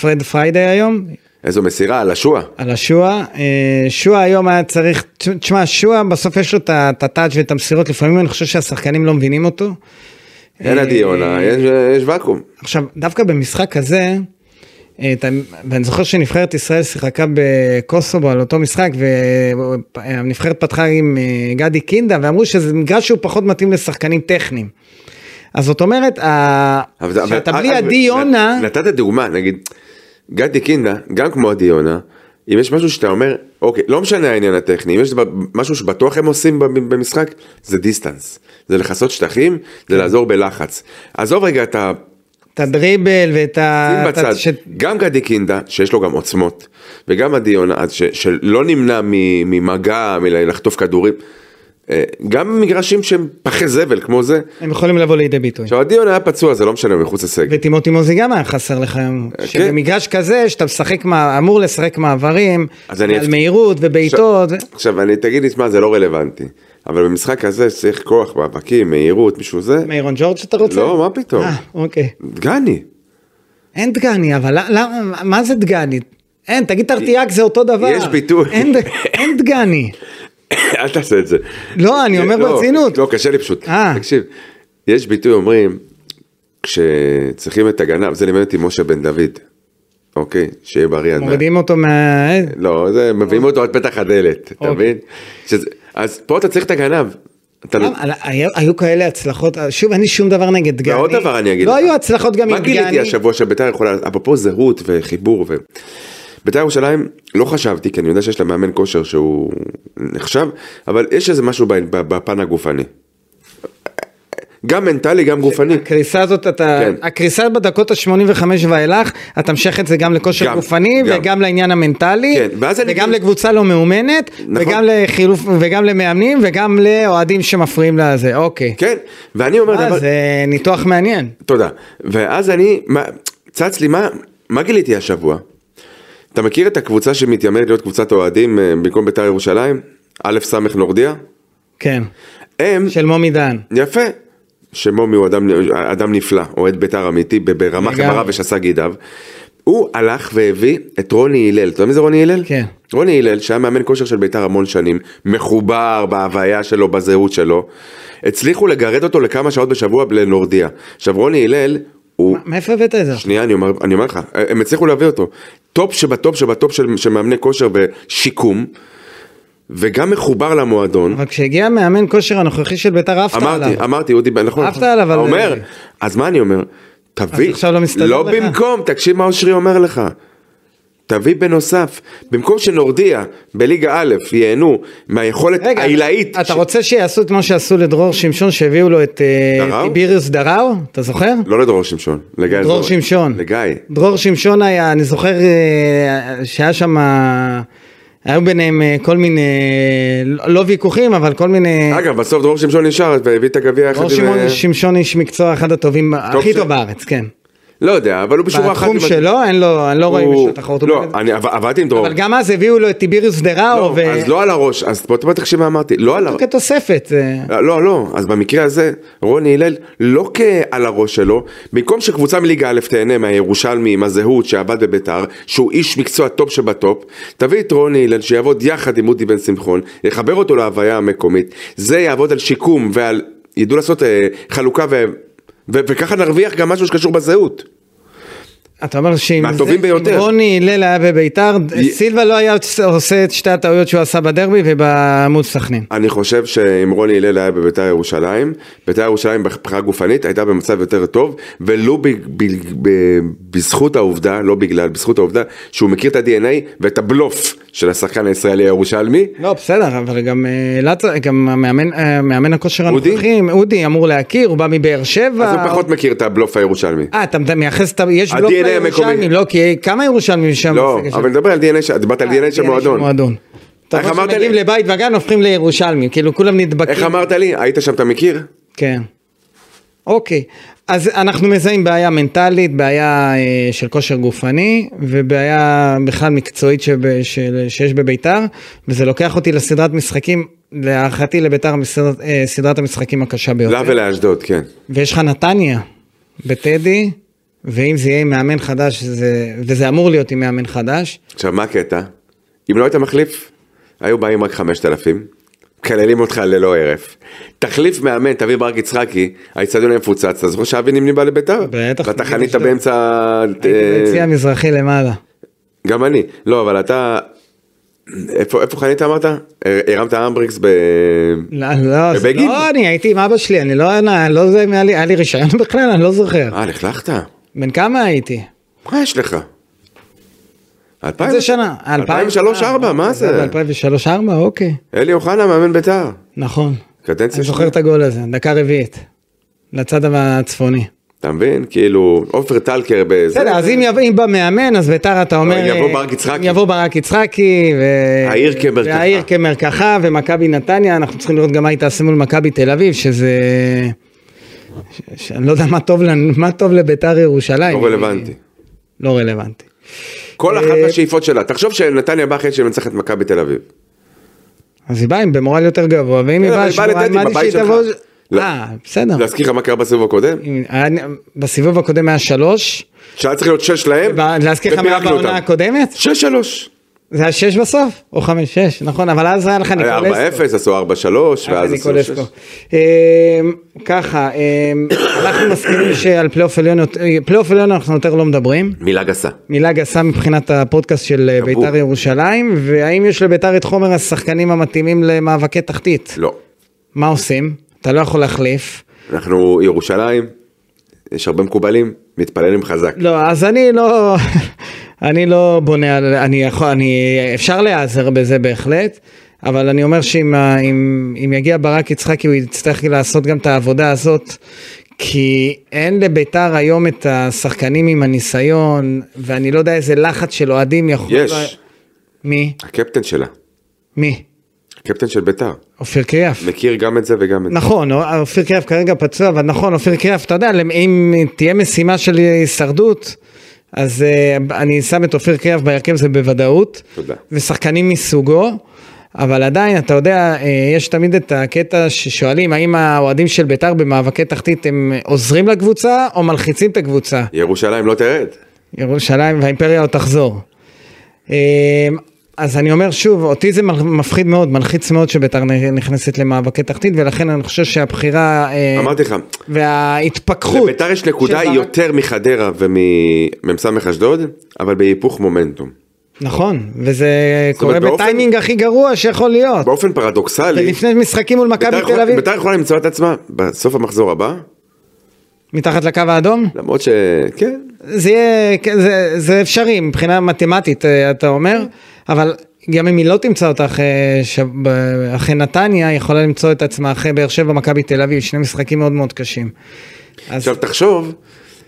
Speaker 2: פרד פריידי היום,
Speaker 3: איזו מסירה, על השועה.
Speaker 2: על השועה. אה, שועה היום היה צריך, תשמע, שועה בסוף יש לו את ה- את הטאץ' ואת המסירות, לפעמים אני חושב שהשחקנים לא מבינים אותו.
Speaker 3: אין
Speaker 2: אה,
Speaker 3: עדי יונה, יש- יש ואקום.
Speaker 2: עכשיו, דווקא במשחק הזה, אה, אתה- ואני זוכר שנבחרת ישראל שיחקה בקוסובו על אותו משחק, והנבחרת פתחה עם אה, גדי קינדה, ואמרו שזה מגרש שהוא פחות מתאים לשחקנים טכניים. אז זאת אומרת, ה-
Speaker 3: אבל זה-
Speaker 2: כשאתה
Speaker 3: אבל-
Speaker 2: בלי
Speaker 3: אבל-
Speaker 2: עדי
Speaker 3: נ-
Speaker 2: יונה,
Speaker 3: נתת דוגמה, נגיד, גדי קינדה, גם כמו עדי יונה, אם יש משהו שאתה אומר, אוקיי, לא משנה העניין הטכני, אם יש ב- משהו שבטוח הם עושים ב- במשחק, זה דיסטנס. זה לכסות שטחים,
Speaker 2: כן.
Speaker 3: זה לעזור בלחץ. עזוב רגע את ה...
Speaker 2: את הדריבל ואת ה...
Speaker 3: שים
Speaker 2: את ה-
Speaker 3: בצד,
Speaker 2: ש-
Speaker 3: גם גדי קינדה, שיש לו גם עוצמות, וגם עדי יונה, אז ש- שלא נמנע מ- ממגע, מלחטוף כדורים, אה, גם במגרשים שהם פחי זבל כמו זה,
Speaker 2: הם יכולים לבוא לידי ביטוי.
Speaker 3: עכשיו עדי יונה היה פצוע, זה לא משנה, הוא מחוץ לסגל.
Speaker 2: וטימותי מוזי גם היה חסר לך היום.
Speaker 3: כן.
Speaker 2: שבמגרש כזה, שאתה משחק, מה- אמור לשחק מעברים,
Speaker 3: אז אני
Speaker 2: על
Speaker 3: אפ-
Speaker 2: מהירות ובעיטות. ו-
Speaker 3: עכשיו, אני תגיד לי, שמע, זה לא רלוונטי. אבל במשחק הזה שצריך כוח, מאבקים, מהירות, מישהו זה,
Speaker 2: מאירון ג'ורג' אתה רוצה?
Speaker 3: לא, מה פתאום.
Speaker 2: אה, אוקיי.
Speaker 3: דגני.
Speaker 2: אין דגני, אבל ל- למה- מה זה דגני? אין, תגיד תרטיאק זה אותו דבר.
Speaker 3: יש ביטוי.
Speaker 2: אין ד- אין דגני.
Speaker 3: [LAUGHS] אל תעשה את זה.
Speaker 2: לא, אני אומר
Speaker 3: לא,
Speaker 2: ברצינות.
Speaker 3: לא, קשה לי פשוט.
Speaker 2: אה.
Speaker 3: תקשיב, יש ביטוי אומרים, כשצריכים את הגנב, זה לימד אותי משה בן דוד, אוקיי? שיהיה בריא עד מאה.
Speaker 2: מורידים אותו מה...
Speaker 3: לא, זה, מביאים אותו עד פתח הדלת, אתה
Speaker 2: אוקיי.
Speaker 3: מבין? שזה- אז פה אתה צריך את הגנב. אתה לא-
Speaker 2: גם, על- היו- היו כאלה הצלחות, שוב אין לי שום דבר נגד דגני.
Speaker 3: ועוד דבר אני אגיד
Speaker 2: לא
Speaker 3: לך.
Speaker 2: היו הצלחות גם עם
Speaker 3: מה
Speaker 2: דגני.
Speaker 3: גיליתי השבוע שביתר יכולה, אפרופו זהות וחיבור ו... ביתר ירושלים לא חשבתי, כי אני יודע שיש לה מאמן כושר שהוא נחשב, אבל יש איזה משהו ב- ב- בפן הגופני. גם מנטלי, גם גופני.
Speaker 2: הקריסה הזאת, אתה,
Speaker 3: כן.
Speaker 2: הקריסה בדקות ה-85 ואילך, אתה משך את זה גם לכושר
Speaker 3: גם,
Speaker 2: גופני,
Speaker 3: גם.
Speaker 2: וגם לעניין המנטלי,
Speaker 3: כן, ואז אני
Speaker 2: וגם
Speaker 3: כאילו-
Speaker 2: לקבוצה לא מאומנת,
Speaker 3: נכון.
Speaker 2: וגם לחילוף, וגם למאמנים, וגם לאוהדים שמפריעים לזה, אוקיי.
Speaker 3: כן, ואני אומר
Speaker 2: אה,
Speaker 3: דבר...
Speaker 2: זה ניתוח מעניין.
Speaker 3: תודה. ואז אני, מה, צץ לי, מה, מה גיליתי השבוע? אתה מכיר את הקבוצה שמתיימרת להיות קבוצת אוהדים אה, במקום ביתר ירושלים? א' ס' נורדיה?
Speaker 2: כן,
Speaker 3: הם...
Speaker 2: של מומי דהן.
Speaker 3: יפה. שמומי הוא אדם, אדם נפלא, אוהד בית"ר אמיתי, ב- ברמה
Speaker 2: לגמרי.
Speaker 3: חברה ושסה גידיו. הוא הלך והביא את רוני הלל, אתה יודע מי זה רוני הלל?
Speaker 2: כן.
Speaker 3: רוני הלל, שהיה מאמן כושר של בית"ר המון שנים, מחובר בהוויה שלו, בזהות שלו, הצליחו לגרד אותו לכמה שעות בשבוע לנורדיה. עכשיו רוני הלל, הוא...
Speaker 2: מה- מאיפה הבאת את זה?
Speaker 3: שנייה, אני אומר, אני אומר לך, הם הצליחו להביא אותו. טופ שבטופ שבטופ של, של מאמני כושר ושיקום, וגם מחובר למועדון.
Speaker 2: אבל כשהגיע מאמן כושר הנוכחי של ביתר עפת עליו.
Speaker 3: אמרתי, אמרתי, הוא דיבר, נכון.
Speaker 2: אהבת
Speaker 3: נכון.
Speaker 2: עליו, אבל- אה,
Speaker 3: אומר, אז מה אני אומר? תביא,
Speaker 2: עכשיו לא מסתדר
Speaker 3: לא
Speaker 2: לך?
Speaker 3: במקום, תקשיב מה אושרי אומר לך. תביא בנוסף, במקום שנורדיה בליגה א' ייהנו מהיכולת
Speaker 2: רגע,
Speaker 3: העילאית.
Speaker 2: אתה
Speaker 3: ש-
Speaker 2: רוצה שיעשו את מה שעשו לדרור שמשון שהביאו לו את אה,
Speaker 3: דראו?
Speaker 2: טיביריוס דראו? אתה זוכר?
Speaker 3: לא לדרור שמשון, לגיא.
Speaker 2: דרור
Speaker 3: זורק.
Speaker 2: שמשון.
Speaker 3: לגיא.
Speaker 2: דרור שמשון היה, אני זוכר אה, שהיה שם, אה, היו ביניהם אה, כל מיני, לא לא ויכוחים, אבל כל מיני...
Speaker 3: אגב, בסוף דרור שמשון נשאר והביא את הגביע יחד
Speaker 2: אה. דרור
Speaker 3: עם...
Speaker 2: שמעון-
Speaker 3: אה,
Speaker 2: שמשון איש מקצוע אחד הטובים, הכי
Speaker 3: של-
Speaker 2: טוב בארץ, כן.
Speaker 3: לא יודע, אבל הוא בשורה אחת...
Speaker 2: בתחום
Speaker 3: עם הד-
Speaker 2: שלו, אין לו, אני לא רואה אם יש
Speaker 3: הוא-
Speaker 2: לו תחרות. הוא
Speaker 3: לא,
Speaker 2: באמת-
Speaker 3: אני עב- עבדתי עם דרור.
Speaker 2: אבל גם אז הביאו לו את טיביריוס דראו,
Speaker 3: לא, אז לא על הראש, אז בוא בוא תקשיב מה אמרתי, לא על הראש.
Speaker 2: כתוספת. אה,
Speaker 3: לא, לא, אז במקרה הזה, רוני הלל, לא כעל הראש שלו, במקום שקבוצה מליגה א' תהנה מהירושלמי, עם הזהות שעבד בביתר, שהוא איש מקצוע טופ שבטופ, תביא את רוני הלל שיעבוד יחד עם אודי בן שמחון, יחבר אותו להוויה המקומית, זה יעבוד על שיקום ועל, ידעו לעשות אה, חלוקה ו... ו- וככה נרוויח גם משהו שקשור בזהות.
Speaker 2: אתה אומר שאם זה-
Speaker 3: מהטובים
Speaker 2: אם
Speaker 3: ביותר.
Speaker 2: רוני הלל היה בביתר,
Speaker 3: י-
Speaker 2: סילבה לא היה עושה את שתי הטעויות שהוא עשה בדרבי ובעמוד סכנין.
Speaker 3: אני חושב שאם רוני הלל היה בביתר ירושלים, ביתר ירושלים בבחירה גופנית הייתה במצב יותר טוב, ולו ב, ב, ב, בזכות העובדה, לא בגלל, בזכות העובדה שהוא מכיר את ה-DNA ואת הבלוף של השחקן הישראלי הירושלמי.
Speaker 2: לא, בסדר, אבל גם אה, לצ- גם המאמן, אה, מאמן הכושר
Speaker 3: אודי?
Speaker 2: הנוכחי, אודי אמור להכיר, הוא בא מבאר שבע.
Speaker 3: אז הוא פחות מכיר את הבלוף הירושלמי.
Speaker 2: אה, אתה מד- מייחס, את ה- יש
Speaker 3: ה-
Speaker 2: בלוק
Speaker 3: DNA
Speaker 2: לירושלמים,
Speaker 3: המקומי.
Speaker 2: לא, כי כמה ירושלמים שם?
Speaker 3: לא,
Speaker 2: בסגל
Speaker 3: אבל
Speaker 2: שלנו?
Speaker 3: נדבר על DNA, ש- דיברת על
Speaker 2: אה,
Speaker 3: DNA של מועדון.
Speaker 2: אתה
Speaker 3: איך
Speaker 2: רואה
Speaker 3: אמרת
Speaker 2: שמגיעים
Speaker 3: לי?
Speaker 2: לבית וגן הופכים לירושלמים, כאילו כולם נדבקים.
Speaker 3: איך אמרת לי? היית שם, אתה מכיר?
Speaker 2: כן. אוקיי, אז אנחנו מזהים בעיה מנטלית, בעיה אה, של כושר גופני ובעיה בכלל מקצועית שב, של, שיש בביתר, וזה לוקח אותי לסדרת משחקים, להערכתי לביתר מסדרת, אה, סדרת המשחקים הקשה
Speaker 3: לה
Speaker 2: ביותר.
Speaker 3: ולאשדוד, כן.
Speaker 2: ויש לך נתניה בטדי, ואם זה יהיה עם מאמן חדש, זה, וזה אמור להיות עם מאמן חדש,
Speaker 3: עכשיו, מה הקטע? אם לא היית מחליף, היו באים רק 5,000, מקללים אותך ללא הרף. תחליף מאמן, תביא ברק יצחקי, האיצטדיון היה מפוצץ, אתה זוכר שאבי נימני בא לביתר?
Speaker 2: בטח.
Speaker 3: ואתה חנית באמצע...
Speaker 2: הייתי
Speaker 3: אה,
Speaker 2: ביציע המזרחי למעלה.
Speaker 3: גם אני. לא, אבל אתה... איפה איפה חנית אמרת? הר- הרמת אמבריקס ב...
Speaker 2: לא, לא, זה-
Speaker 3: בבגין?
Speaker 2: לא, אני הייתי עם אבא שלי, אני לא, אני לא זה, היה לי, היה לי רישיון [LAUGHS] בכלל, אני לא זוכר.
Speaker 3: אה, לכלכת?
Speaker 2: בן כמה הייתי?
Speaker 3: מה יש לך? אלפיים?
Speaker 2: איזה שנה? אה,
Speaker 3: 2003 4 מה זה?
Speaker 2: 2003-2004, אוקיי.
Speaker 3: אלי אוחנה, מאמן ביתר.
Speaker 2: נכון.
Speaker 3: קדנציה
Speaker 2: אני זוכר
Speaker 3: שנייה.
Speaker 2: את הגול הזה, דקה רביעית. לצד הצפוני.
Speaker 3: אתה מבין? כאילו, עופר טלקר בזה.
Speaker 2: בסדר, אז אם יבוא- אם בא מאמן, אז ביתר אתה אומר...
Speaker 3: לא, יבוא
Speaker 2: אה,
Speaker 3: ברק יצחקי.
Speaker 2: יבוא ברק יצחקי, ו...
Speaker 3: העיר כמרקחה.
Speaker 2: והעיר כמרקחה, ומכבי נתניה, אנחנו צריכים לראות גם מה היא תעשה מול מכבי תל אביב, שזה... ש- ש- אני לא יודע מה טוב, לנו- מה טוב לביתר ירושלים.
Speaker 3: לא רלוונטי.
Speaker 2: לא רלוונטי.
Speaker 3: כל אחת
Speaker 2: אה,
Speaker 3: מהשאיפות שלה. תחשוב שנתניה באה אחרי שמנצחת את מכבי תל אביב.
Speaker 2: אז היא באה עם במורל יותר גבוה, ואם היא
Speaker 3: כן, אבל
Speaker 2: באה
Speaker 3: היא באה
Speaker 2: שבועיים,
Speaker 3: לטדי,
Speaker 2: מה זה
Speaker 3: בבית
Speaker 2: שהיא
Speaker 3: שלך.
Speaker 2: תבוא...
Speaker 3: לא.
Speaker 2: אה, בסדר.
Speaker 3: להזכיר לך מה קרה בסיבוב הקודם?
Speaker 2: אם- היה- בסיבוב הקודם היה שלוש,
Speaker 3: שהיה צריך להיות שש להם,
Speaker 2: ב- להזכיר לך מה
Speaker 3: ופירקנו
Speaker 2: בעונה
Speaker 3: כן. אותם.
Speaker 2: הקודמת?
Speaker 3: שש שלוש.
Speaker 2: זה היה שש בסוף? או חמש, שש, נכון, אבל אז היה לך
Speaker 3: היה
Speaker 2: ניקולסקו.
Speaker 3: 4-0, עשו 4-3,
Speaker 2: אז
Speaker 3: ואז
Speaker 2: אני
Speaker 3: עשו 6.
Speaker 2: קולסקו. אמ, ככה, אמ, אנחנו מסכימים שעל פלייאוף עליון, יות- אה, פלייאוף עליון אנחנו יותר לא מדברים.
Speaker 3: מילה גסה.
Speaker 2: מילה גסה מבחינת הפודקאסט של אה,
Speaker 3: קבור.
Speaker 2: בית"ר ירושלים, והאם יש לבית"ר את חומר השחקנים המתאימים למאבקי תחתית?
Speaker 3: לא.
Speaker 2: מה עושים? אתה לא יכול להחליף.
Speaker 3: אנחנו ירושלים, יש הרבה מקובלים, מתפללים חזק.
Speaker 2: לא, אז אני לא, [LAUGHS] אני לא בונה על, אני יכול, אני, אפשר להיעזר בזה בהחלט, אבל אני אומר שאם ה- אם, אם יגיע ברק יצחקי הוא יצטרך לעשות גם את העבודה הזאת, כי אין לביתר היום את השחקנים עם הניסיון, ואני לא יודע איזה לחץ של אוהדים יכול...
Speaker 3: יש,
Speaker 2: מי?
Speaker 3: הקפטן שלה,
Speaker 2: מי?
Speaker 3: הקפטן של ביתר,
Speaker 2: אופיר קריאף.
Speaker 3: מכיר גם את זה וגם את זה.
Speaker 2: נכון, אופיר קריאף כרגע פצוע, אבל נכון, אופיר קריאף, אתה יודע, אם תהיה משימה של הישרדות, אז uh, אני שם את אופיר קריאף בהרכב, זה בוודאות.
Speaker 3: תודה.
Speaker 2: ושחקנים מסוגו, אבל עדיין, אתה יודע, אה, יש תמיד את הקטע ששואלים, האם האוהדים של בית"ר במאבקי תחתית הם עוזרים לקבוצה, או מלחיצים את הקבוצה?
Speaker 3: ירושלים לא תרד.
Speaker 2: ירושלים והאימפריה עוד תחזור. אה, אז אני אומר שוב, אותי זה מל- מפחיד מאוד, מלחיץ מאוד שביתר נ- נכנסת למאבקי תחתית, ולכן אני חושב שהבחירה אה,
Speaker 3: אמרתי לך,
Speaker 2: וההתפכחות...
Speaker 3: לביתר יש נקודה
Speaker 2: של ברק-
Speaker 3: יותר מחדרה וממ"ס אשדוד, אבל בהיפוך מומנטום.
Speaker 2: נכון, וזה קורה
Speaker 3: אומרת, באופן-
Speaker 2: בטיימינג הכי גרוע שיכול להיות.
Speaker 3: באופן פרדוקסלי,
Speaker 2: לפני משחקים מול מכבי
Speaker 3: ביתר
Speaker 2: תל
Speaker 3: יכול-
Speaker 2: אביב,
Speaker 3: ביתר יכולה למצוא את עצמה בסוף המחזור הבא,
Speaker 2: מתחת לקו האדום,
Speaker 3: למרות ש... כן,
Speaker 2: זה, יהיה- כן, זה, זה אפשרי מבחינה מתמטית, אה, אתה אומר, אבל גם אם היא לא תמצא אותה אחרי, ש... ב- אחרי נתניה, היא יכולה למצוא את עצמה אחרי באר שבע, מכבי תל אביב, שני משחקים מאוד מאוד קשים. אז
Speaker 3: עכשיו תחשוב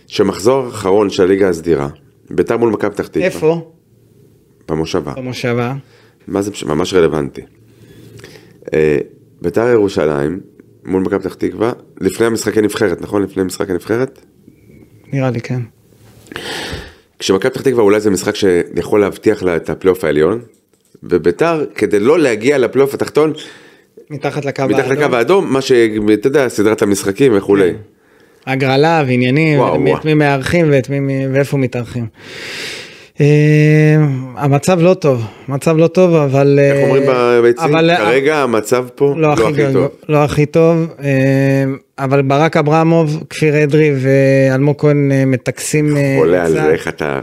Speaker 3: שמחזור אחרון של הליגה הסדירה, ביתר מול מכבי פתח תקווה.
Speaker 2: איפה?
Speaker 3: במושבה.
Speaker 2: במושבה.
Speaker 3: מה זה מש- ממש רלוונטי. אה, ביתר ירושלים מול מכבי פתח תקווה, לפני המשחקי נבחרת, נכון? לפני משחק הנבחרת?
Speaker 2: נראה לי כן.
Speaker 3: כשמכבי פתח תקווה אולי זה משחק שיכול להבטיח לה את הפלייאוף העליון, וביתר, כדי לא להגיע לפלייאוף התחתון,
Speaker 2: מתחת לקו
Speaker 3: מתחת לקו
Speaker 2: האדום.
Speaker 3: האדום, מה ש... אתה יודע, סדרת המשחקים וכולי.
Speaker 2: כן. הגרלה ועניינים,
Speaker 3: וואו,
Speaker 2: ואת
Speaker 3: וואו.
Speaker 2: מי מארחים ואת מי, מי- ואיפה מתארחים. אה, המצב לא טוב, המצב לא טוב, אבל...
Speaker 3: איך
Speaker 2: אה,
Speaker 3: אומרים בביצים?
Speaker 2: אבל- אה,
Speaker 3: כרגע המצב פה
Speaker 2: לא הכי טוב. לא הכי טוב, אה, אבל ברק אברמוב, כפיר אדרי ואלמוג כהן אה, מטקסים. אה,
Speaker 3: עולה על
Speaker 2: קצת.
Speaker 3: זה, איך אתה...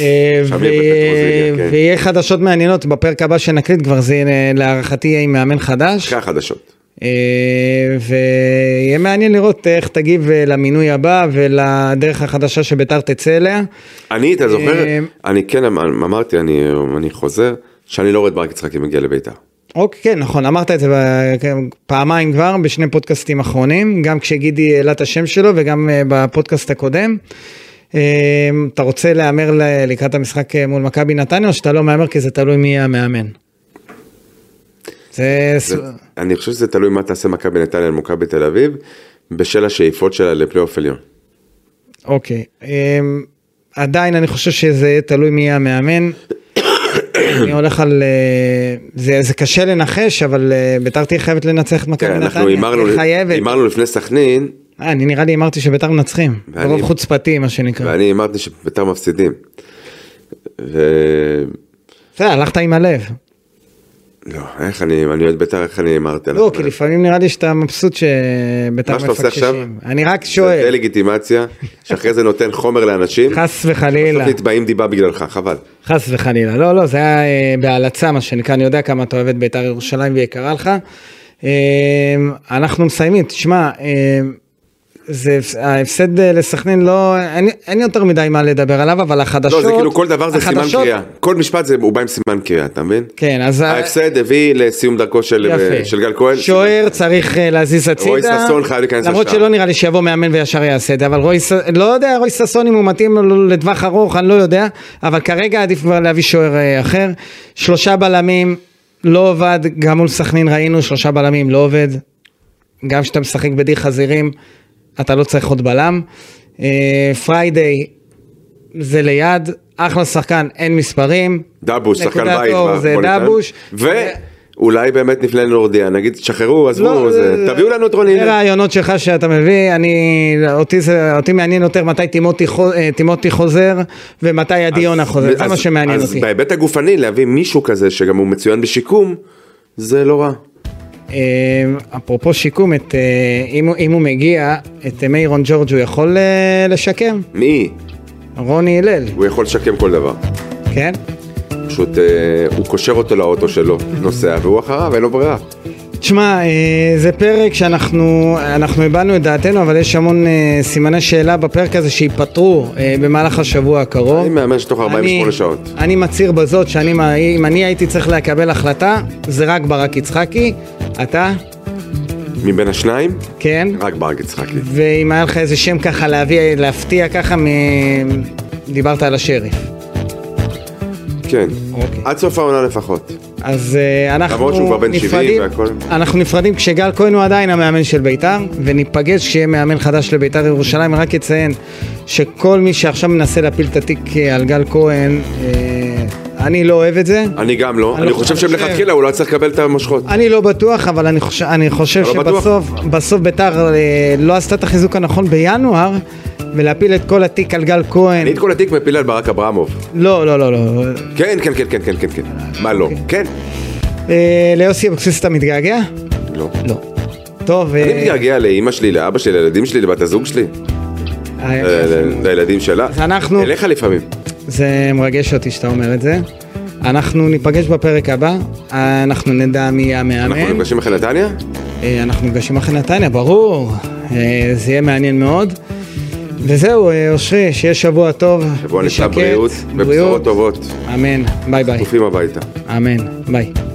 Speaker 2: אה,
Speaker 3: שם
Speaker 2: ו-
Speaker 3: יהיה בפטרוזיליה, כן.
Speaker 2: ויהיה חדשות מעניינות בפרק הבא שנקליט, כבר זה אה, להערכתי יהיה עם מאמן חדש.
Speaker 3: אחרי החדשות.
Speaker 2: אה, ויהיה מעניין לראות איך תגיב אה, למינוי הבא ולדרך החדשה שביתר תצא אליה.
Speaker 3: אני, אתה זוכר,
Speaker 2: אה,
Speaker 3: אני כן אמ- אמרתי, אני אני חוזר, שאני לא רואה את ברק יצחקי מגיע לביתר.
Speaker 2: אוקיי, כן, נכון, אמרת את זה ב- כן, פעמיים כבר, בשני פודקאסטים אחרונים, גם כשגידי העלה את השם שלו וגם אה, בפודקאסט הקודם. אה, אתה רוצה להמר ל- לקראת המשחק אה, מול מכבי נתניה, או שאתה לא מהמר כי זה תלוי מי יהיה המאמן? זה... ס-
Speaker 3: זה- אני חושב שזה תלוי מה תעשה מכבי נתניה על מכבי תל אביב, בשל השאיפות שלה לפלייאוף עליון.
Speaker 2: אוקיי. אה, עדיין אני חושב שזה יהיה תלוי מי יהיה
Speaker 3: [COUGHS]
Speaker 2: המאמן. אני הולך על... אה, זה, זה קשה לנחש, אבל אה, ביתר תהיה חייבת לנצח את מכבי
Speaker 3: כן,
Speaker 2: נתניה.
Speaker 3: אנחנו הימרנו
Speaker 2: היא חייבת.
Speaker 3: הימרנו לפני סכנין,
Speaker 2: אה, אני נראה לי אמרתי שביתר מנצחים,
Speaker 3: ואני-
Speaker 2: ברוב חוצפתי מה שנקרא.
Speaker 3: ואני הימרתי שביתר מפסידים. ו...
Speaker 2: בסדר, הלכת עם הלב.
Speaker 3: כן, לא, איך אני, אני אוהד ביתר, איך אני הימרתי על
Speaker 2: לא,
Speaker 3: זה?
Speaker 2: כי לפעמים נראה לי שאתה מבסוט שביתר
Speaker 3: מה שאתה עושה עכשיו,
Speaker 2: מפקששים. אני רק
Speaker 3: זה
Speaker 2: שואל,
Speaker 3: דה-לגיטימציה, שאחרי זה נותן חומר לאנשים,
Speaker 2: חס
Speaker 3: בסוף
Speaker 2: וחלילה,
Speaker 3: נתבעים דיבה בגללך, חבל.
Speaker 2: חס וחלילה. לא, לא, זה היה אה, בהלצה מה שנקרא, אני יודע כמה אתה אוהב את ביתר ירושלים והיא יקרה לך. אה, אנחנו מסיימים, תשמע, אה, זה ההפסד אה, לסכנין לא, אין- אין יותר מדי מה לדבר עליו, אבל החדשות,
Speaker 3: לא, זה כאילו כל דבר זה סימן
Speaker 2: החדשות-
Speaker 3: קריאה. כל משפט זה, הוא בא עם סימן קריאה, אתה מבין?
Speaker 2: כן, אז ה-
Speaker 3: ההפסד הביא לסיום דרכו של אה,
Speaker 2: יפה.
Speaker 3: של גל כהן.
Speaker 2: שוער צריך אה, להזיז הצידה.
Speaker 3: רוי ששון חייב להיכנס
Speaker 2: למרות
Speaker 3: לשער.
Speaker 2: שלא נראה לי שיבוא מאמן וישר יעשה את זה, אבל רוי ששון, לא יודע, רוי ששון אם הוא מתאים לו לטווח ארוך, אני לא יודע, אבל כרגע עדיף כבר להביא שוער אה, אחר. שלושה בלמים, לא עבד, גם מול סכנין ראינו, שלושה בלמים לא עובד. גם כשאתה משחק בדי חזירים, אתה לא צריך עוד בלם. אה, פריידיי, זה ליד, אחלה שחקן, אין מספרים.
Speaker 3: דבוש, שחקן
Speaker 2: נקודת
Speaker 3: בית.
Speaker 2: אור
Speaker 3: מה-
Speaker 2: זה
Speaker 3: בוא ניתן.
Speaker 2: דבוש.
Speaker 3: ו... אולי באמת נפנה לנורדיה, נגיד תשחררו, עזבו, זה- תביאו לנו את רוני.
Speaker 2: זה לא, אה, רעיונות שלך שאתה מביא, אני, אותי, זה, אותי מעניין יותר מתי טימותי, חו- אה, טימותי חוזר ומתי עדי יונה חוזר, זה
Speaker 3: אז-
Speaker 2: מה שמעניין
Speaker 3: אז
Speaker 2: אותי.
Speaker 3: בהיבט הגופני, להביא מישהו כזה שגם הוא מצוין בשיקום, זה לא רע.
Speaker 2: אה, אפרופו שיקום, את, אה, אם, הוא- אם הוא מגיע, את אה, מיירון ג'ורג' הוא יכול אה, לשקם?
Speaker 3: מי?
Speaker 2: רוני הלל,
Speaker 3: הוא יכול לשקם כל דבר.
Speaker 2: כן?
Speaker 3: פשוט אה, הוא קושר אותו לאוטו שלו, נוסע, והוא אחריו, אין לו ברירה.
Speaker 2: תשמע, אה, זה פרק שאנחנו אנחנו הבענו את דעתנו, אבל יש המון אה, סימני שאלה בפרק הזה שייפתרו אה, במהלך השבוע הקרוב.
Speaker 3: אני מהמר שתוך 48
Speaker 2: אה. אני-
Speaker 3: שעות.
Speaker 2: אני מצהיר בזאת שאני, מה- אם אני הייתי צריך לקבל החלטה, זה רק ברק יצחקי, אתה,
Speaker 3: מבין השניים,
Speaker 2: כן,
Speaker 3: רק ברק יצחקי.
Speaker 2: ואם היה לך איזה שם ככה להביא, להפתיע ככה, מ... דיברת על השריף.
Speaker 3: כן.
Speaker 2: אוקיי.
Speaker 3: עד סוף העונה לפחות.
Speaker 2: אז אה, אנחנו
Speaker 3: למרות שהוא כבר בן 70
Speaker 2: נפרדים,
Speaker 3: והכל.
Speaker 2: אנחנו נפרדים כשגל כהן הוא עדיין המאמן של ביתר, וניפגש כשיהיה מאמן חדש לביתר ירושלים. רק אציין שכל מי שעכשיו מנסה להפיל את התיק אה, על גל כהן, אה, אני לא אוהב את זה.
Speaker 3: אני גם לא,
Speaker 2: אני
Speaker 3: אני
Speaker 2: לא
Speaker 3: חושב
Speaker 2: חושב.
Speaker 3: שמלכתחילה הוא לא היה צריך לקבל את המושכות.
Speaker 2: אני לא בטוח, אבל אני חושב, אני חושב
Speaker 3: אתה לא
Speaker 2: שבסוף בסוף ביתר אה, לא עשתה את החיזוק הנכון בינואר, ולהפיל את כל התיק על גל כהן.
Speaker 3: אני את כל התיק מפיל על ברק אברמוב.
Speaker 2: לא, לא, לא, לא.
Speaker 3: כן, כן, כן, כן, כן, כן, כן. מה לא?
Speaker 2: אוקיי.
Speaker 3: כן.
Speaker 2: אה, ליוסי אבוקסיס אתה מתגעגע?
Speaker 3: לא.
Speaker 2: לא. טוב, אה,
Speaker 3: אני מתגעגע לאימא שלי, לאבא שלי, לילדים שלי, לבת הזוג שלי,
Speaker 2: אה,
Speaker 3: ל- לילדים שלה.
Speaker 2: אז אנחנו-
Speaker 3: אליך לפעמים.
Speaker 2: זה מרגש אותי שאתה אומר את זה. אנחנו ניפגש בפרק הבא, אה, אנחנו נדע מי יהיה
Speaker 3: אנחנו
Speaker 2: המאמן.
Speaker 3: נפגשים אחרי נתניה?
Speaker 2: אה, אנחנו נפגשים אחרי נתניה, ברור. אה, זה יהיה מעניין מאוד. וזהו, אה, אושרי, שיהיה שבוע טוב.
Speaker 3: שבוע נפלא
Speaker 2: ושקט,
Speaker 3: בריאות ובשורות טובות.
Speaker 2: אמן. ביי ביי.
Speaker 3: קופים הביתה.
Speaker 2: אמן. ביי.